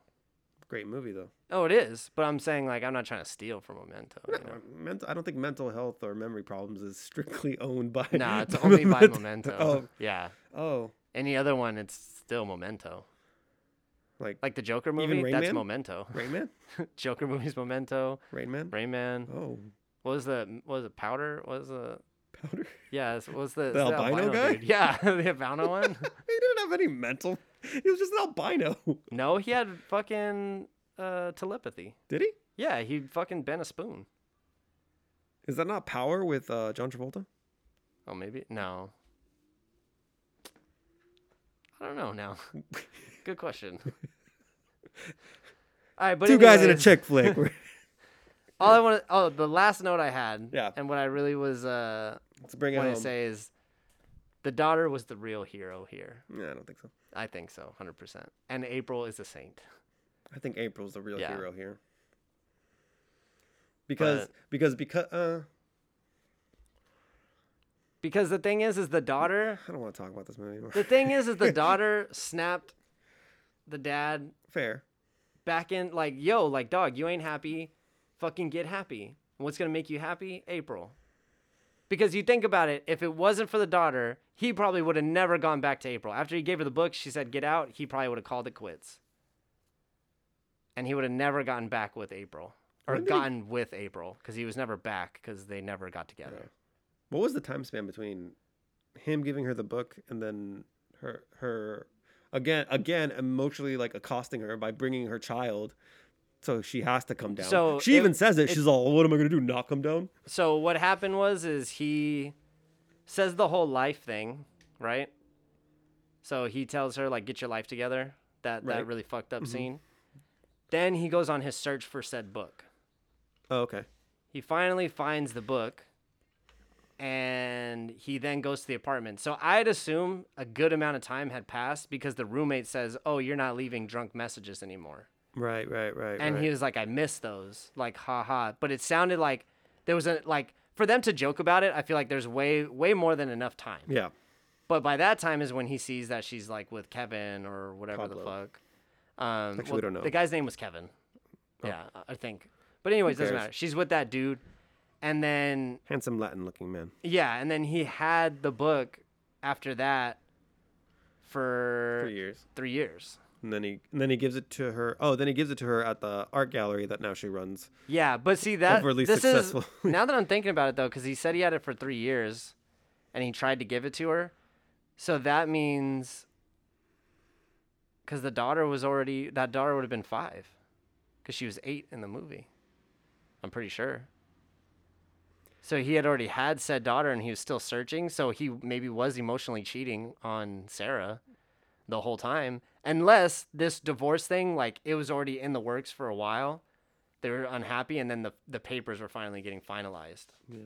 great movie though. Oh, it is, but I'm saying like I'm not trying to steal from Memento. you know? Mental, I don't think mental health or memory problems is [laughs] strictly owned by. [laughs] No, it's only by Memento. Memento. Oh. Yeah, [laughs] Oh, any other one, it's still Memento. like, Like the Joker Even movie, Rain that's Man? Memento. [laughs] Rain Man. Joker movies, Memento, Rain Man. Rain Man. Oh, What was the what was it powder? What was the powder. [laughs] yeah? it's- What was the, The it's albino guy? dude. [laughs] Yeah, the albino one. he didn't have any mental. He was just an albino. [laughs] No, he had fucking uh, telepathy. Did he? Yeah, he fucking bent a spoon. Is that not Power with uh, John Travolta? Oh, maybe no. I don't [laughs] know now. Good question. All right, but Two guys in a anyways, chick [laughs] flick. We're- All I want. Oh, the last note I had. Yeah. And what I really was uh, Let's bring it want home. to say is, the daughter was the real hero here. No, I don't think so. I think so, hundred percent. And April is a saint. I think April's the real Yeah. hero here. Because because because uh, Because the thing is, is the daughter. I don't want to talk about this movie anymore. The thing is, is the daughter snapped the dad [laughs] Fair. back in like, yo, like dog, you ain't happy. Fucking get happy. And What's gonna make you happy? April. Because you think about it, if it wasn't for the daughter, he probably would have never gone back to April. After he gave her the book, she said, "Get out." He probably would have called it quits. And he would have never gotten back with April, or When did he- gotten with April, because he was never back, because they never got together. What was the time span between him giving her the book and then her her again again emotionally like accosting her by bringing her child? So she has to come down. So she it- even says it. it- She's all, "What am I gonna do? Not come down?" so what happened was is he says the whole life thing right so he tells her like get your life together that that Right. really fucked up scene then he goes on his search for said book Oh, okay. he finally finds the book and he then goes to the apartment so i'd assume a good amount of time had passed because the roommate says oh you're not leaving drunk messages anymore Right, right, right. and he was like, I miss those. Like, haha. But it sounded like there was a, like, for them to joke about it, I feel like there's way, way more than enough time. yeah. But by that time is when he sees that she's like with Kevin or whatever the Pablo. fuck. Um, Actually, we don't know. Oh. The guy's name was Kevin. Yeah, I- I think. But, anyways, doesn't cares? matter. She's with that dude. And then Handsome Latin looking man. yeah, and then he had the book after that for for years. three years. And then he and then he gives it to her. Oh, then he gives it to her at the art gallery that now she runs. Yeah, but see that Overly this successful. [laughs] is now that I'm thinking about it though, because he said he had it for three years, and he tried to give it to her, so that means because the daughter was already that daughter would have been five, because she was eight in the movie. I'm pretty sure. So he had already had said daughter, and he was still searching. So he maybe was emotionally cheating on Sarah the whole time, unless this divorce thing, like it was already in the works for a while they were unhappy and then the, the papers were finally getting finalized Yeah.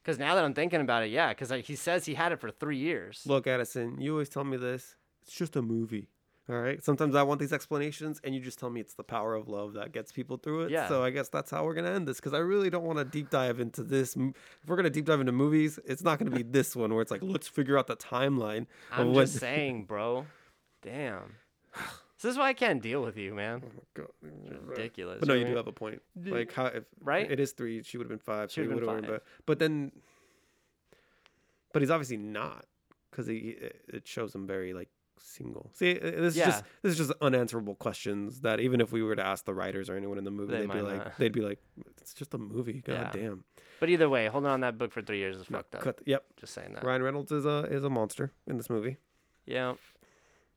because now that i'm thinking about it yeah because he says he had it for three years Look, Addison, you always tell me this. It's just a movie. All right. Sometimes I want these explanations, and you just tell me it's the power of love that gets people through it. Yeah. So I guess that's how we're gonna end this, because I really don't want to deep dive into this. m- If we're gonna deep dive into movies, it's not gonna be this one where it's like, let's figure out the timeline. i'm what- [laughs] just saying bro damn [sighs] this is why i can't deal with you man ridiculous But no, you right? do have a point. Like how if Right? it is three, she would have been five. She so he would've would been have been, five. but but then, but he's obviously not because he it shows him very like single. See, uh, this is just Yeah. this is just unanswerable questions that even if we were to ask the writers or anyone in the movie, They they would be might like not. they'd be like, it's just a movie. God Yeah. damn. but either way holding on that book for three years is fucked up Cut. Yep. just saying that Ryan Reynolds is a is a monster in this movie. yeah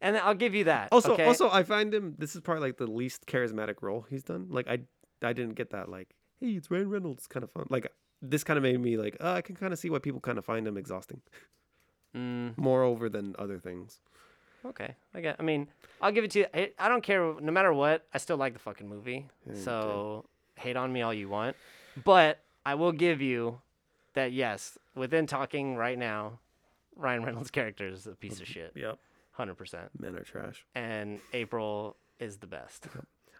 and i'll give you that Also, okay? also, I find him. This is probably like the least charismatic role he's done. Like I, I didn't get that. Like, hey, it's Ryan Reynolds, kind of fun. Like this kind of made me like, uh, I can kind of see why people kind of find him exhausting. [laughs] Mm, Moreover than other things. okay i get i mean i'll give it to you I, I don't care no matter what i still like the fucking movie so hate on me all you want but i will give you that yes within talking right now ryan reynolds character is a piece of [laughs] shit Yep. 100% Men are trash. and april is the best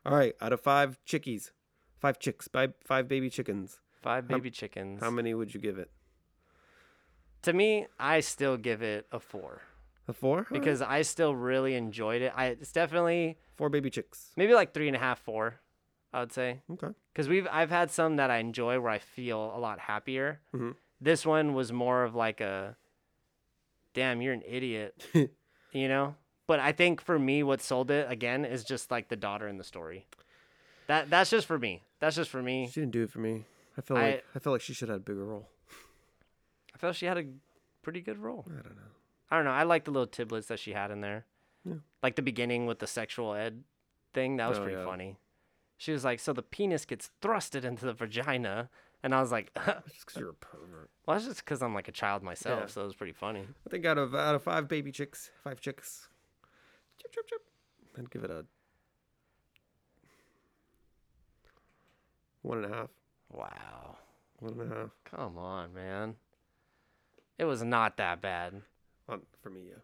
All right, out of five chickies, five chicks, five five baby chickens. five baby chickens How many would you give it? to me i still give it a four A four? All right, because i still really enjoyed it I, it's definitely four baby chicks. maybe like three and a half four i would say Okay. [laughs] because we've I've had some that I enjoy where I feel a lot happier. Mhm. This one was more of like a, damn, you're an idiot, you know. But I think for me, what sold it again is just like the daughter in the story. That that's just for me. That's just for She me. didn't do it for me. I feel I- like I feel like she should have had a bigger role. I felt she had a pretty good role. I don't know. I don't know. I like the little tidbits that she had in there, Yeah. like the beginning with the sexual ed thing. That was Oh, pretty yeah. funny. She was like, "So the penis gets thrusted into the vagina," and I was like, [laughs] Just 'cause you're a pervert. Well, that's just because I'm like a child myself, Yeah. so it was pretty funny. I think out of out of five baby chicks, five chicks, chip chip chip, I'd give it a one and a half. Wow. One and a half Come on, man. It was not that bad. on for me. Yeah.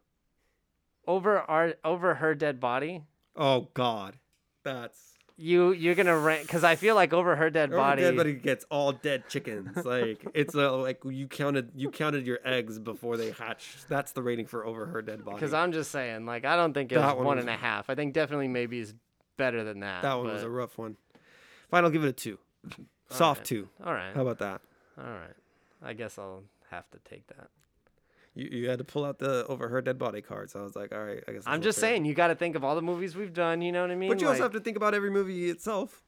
Over our over her dead body, Oh God, that's you you're gonna rank because I feel like over her dead body. everybody gets all dead chickens. Like it's a, like you counted you counted your eggs before they hatch. That's the rating for over her dead body. Because I'm just saying, like I don't think it That was one one was- and a half. I think definitely maybe is better than that. that one was a but- rough one. Fine, I'll give it a two, soft two. all right, How about that? all right. I guess I'll have to take that. You, you had to pull out the over her dead body cards. I was like, all right, I guess. I'm that's just fair. saying, you got to think of all the movies we've done. You know what I mean? But you also have Like, to think about every movie itself.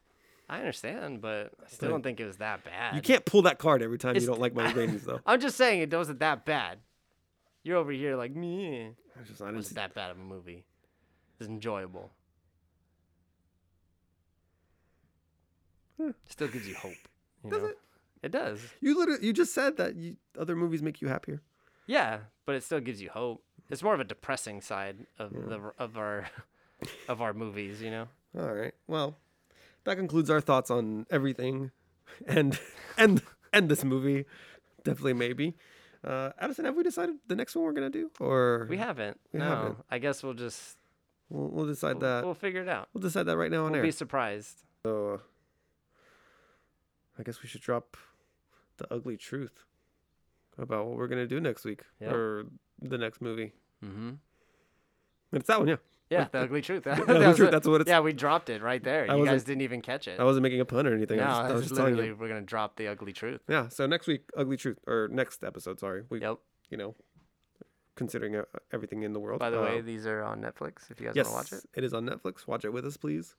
I understand, but I still don't think it was that bad. You can't pull that card every time you It's- don't like my [laughs] ratings, though. I'm just saying it wasn't that bad. You're over here like me. I just, I It didn't wasn't that bad of a movie. It's enjoyable. Still gives you hope. Hmm. you Does know? it? It does. You literally, you just said that you, other movies make you happier. Yeah, but it still gives you hope. It's more of a depressing side of the of our [laughs] of our movies, you know. All right. Well, that concludes our thoughts on everything, [laughs] and and and this movie, definitely maybe. Uh, Addison, have we decided the next one we're gonna do, or We haven't. We no, haven't. I guess we'll just we'll, we'll decide we'll, that. we'll figure it out. We'll decide that right now on We'll air. be surprised. So, uh, I guess we should drop the ugly truth about what we're gonna do next week Yeah. or the next movie. Mm-hmm. It's that one, yeah. Yeah, the [laughs] ugly truth. [laughs] That, ugly was truth, it. that's what it's- Yeah, we dropped it right there. I you wasn't- guys didn't even catch it. I wasn't making a pun or anything. I, was, I No, was it's just telling literally you. we're gonna drop the ugly truth. Yeah. So next week, ugly truth, or next episode. Sorry. We, Yep. You know, considering uh, everything in the world. By the way, Um, these are on Netflix. If you guys yes, want to watch it, it is on Netflix. Watch it with us, please,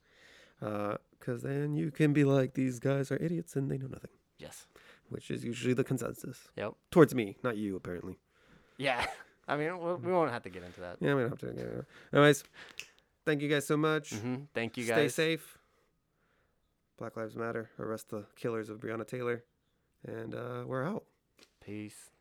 because then you can be like, these guys are idiots and they know nothing, Yes. which is usually the consensus. Yep. Towards me, not you, apparently. Yeah. [laughs] I mean, we we won't have to get into that. Yeah, we don't have to. Get it. Anyways, thank you guys so much. hmm Thank you Stay guys. safe. Black Lives Matter. Arrest the killers of Breonna Taylor. And uh, we're out. Peace.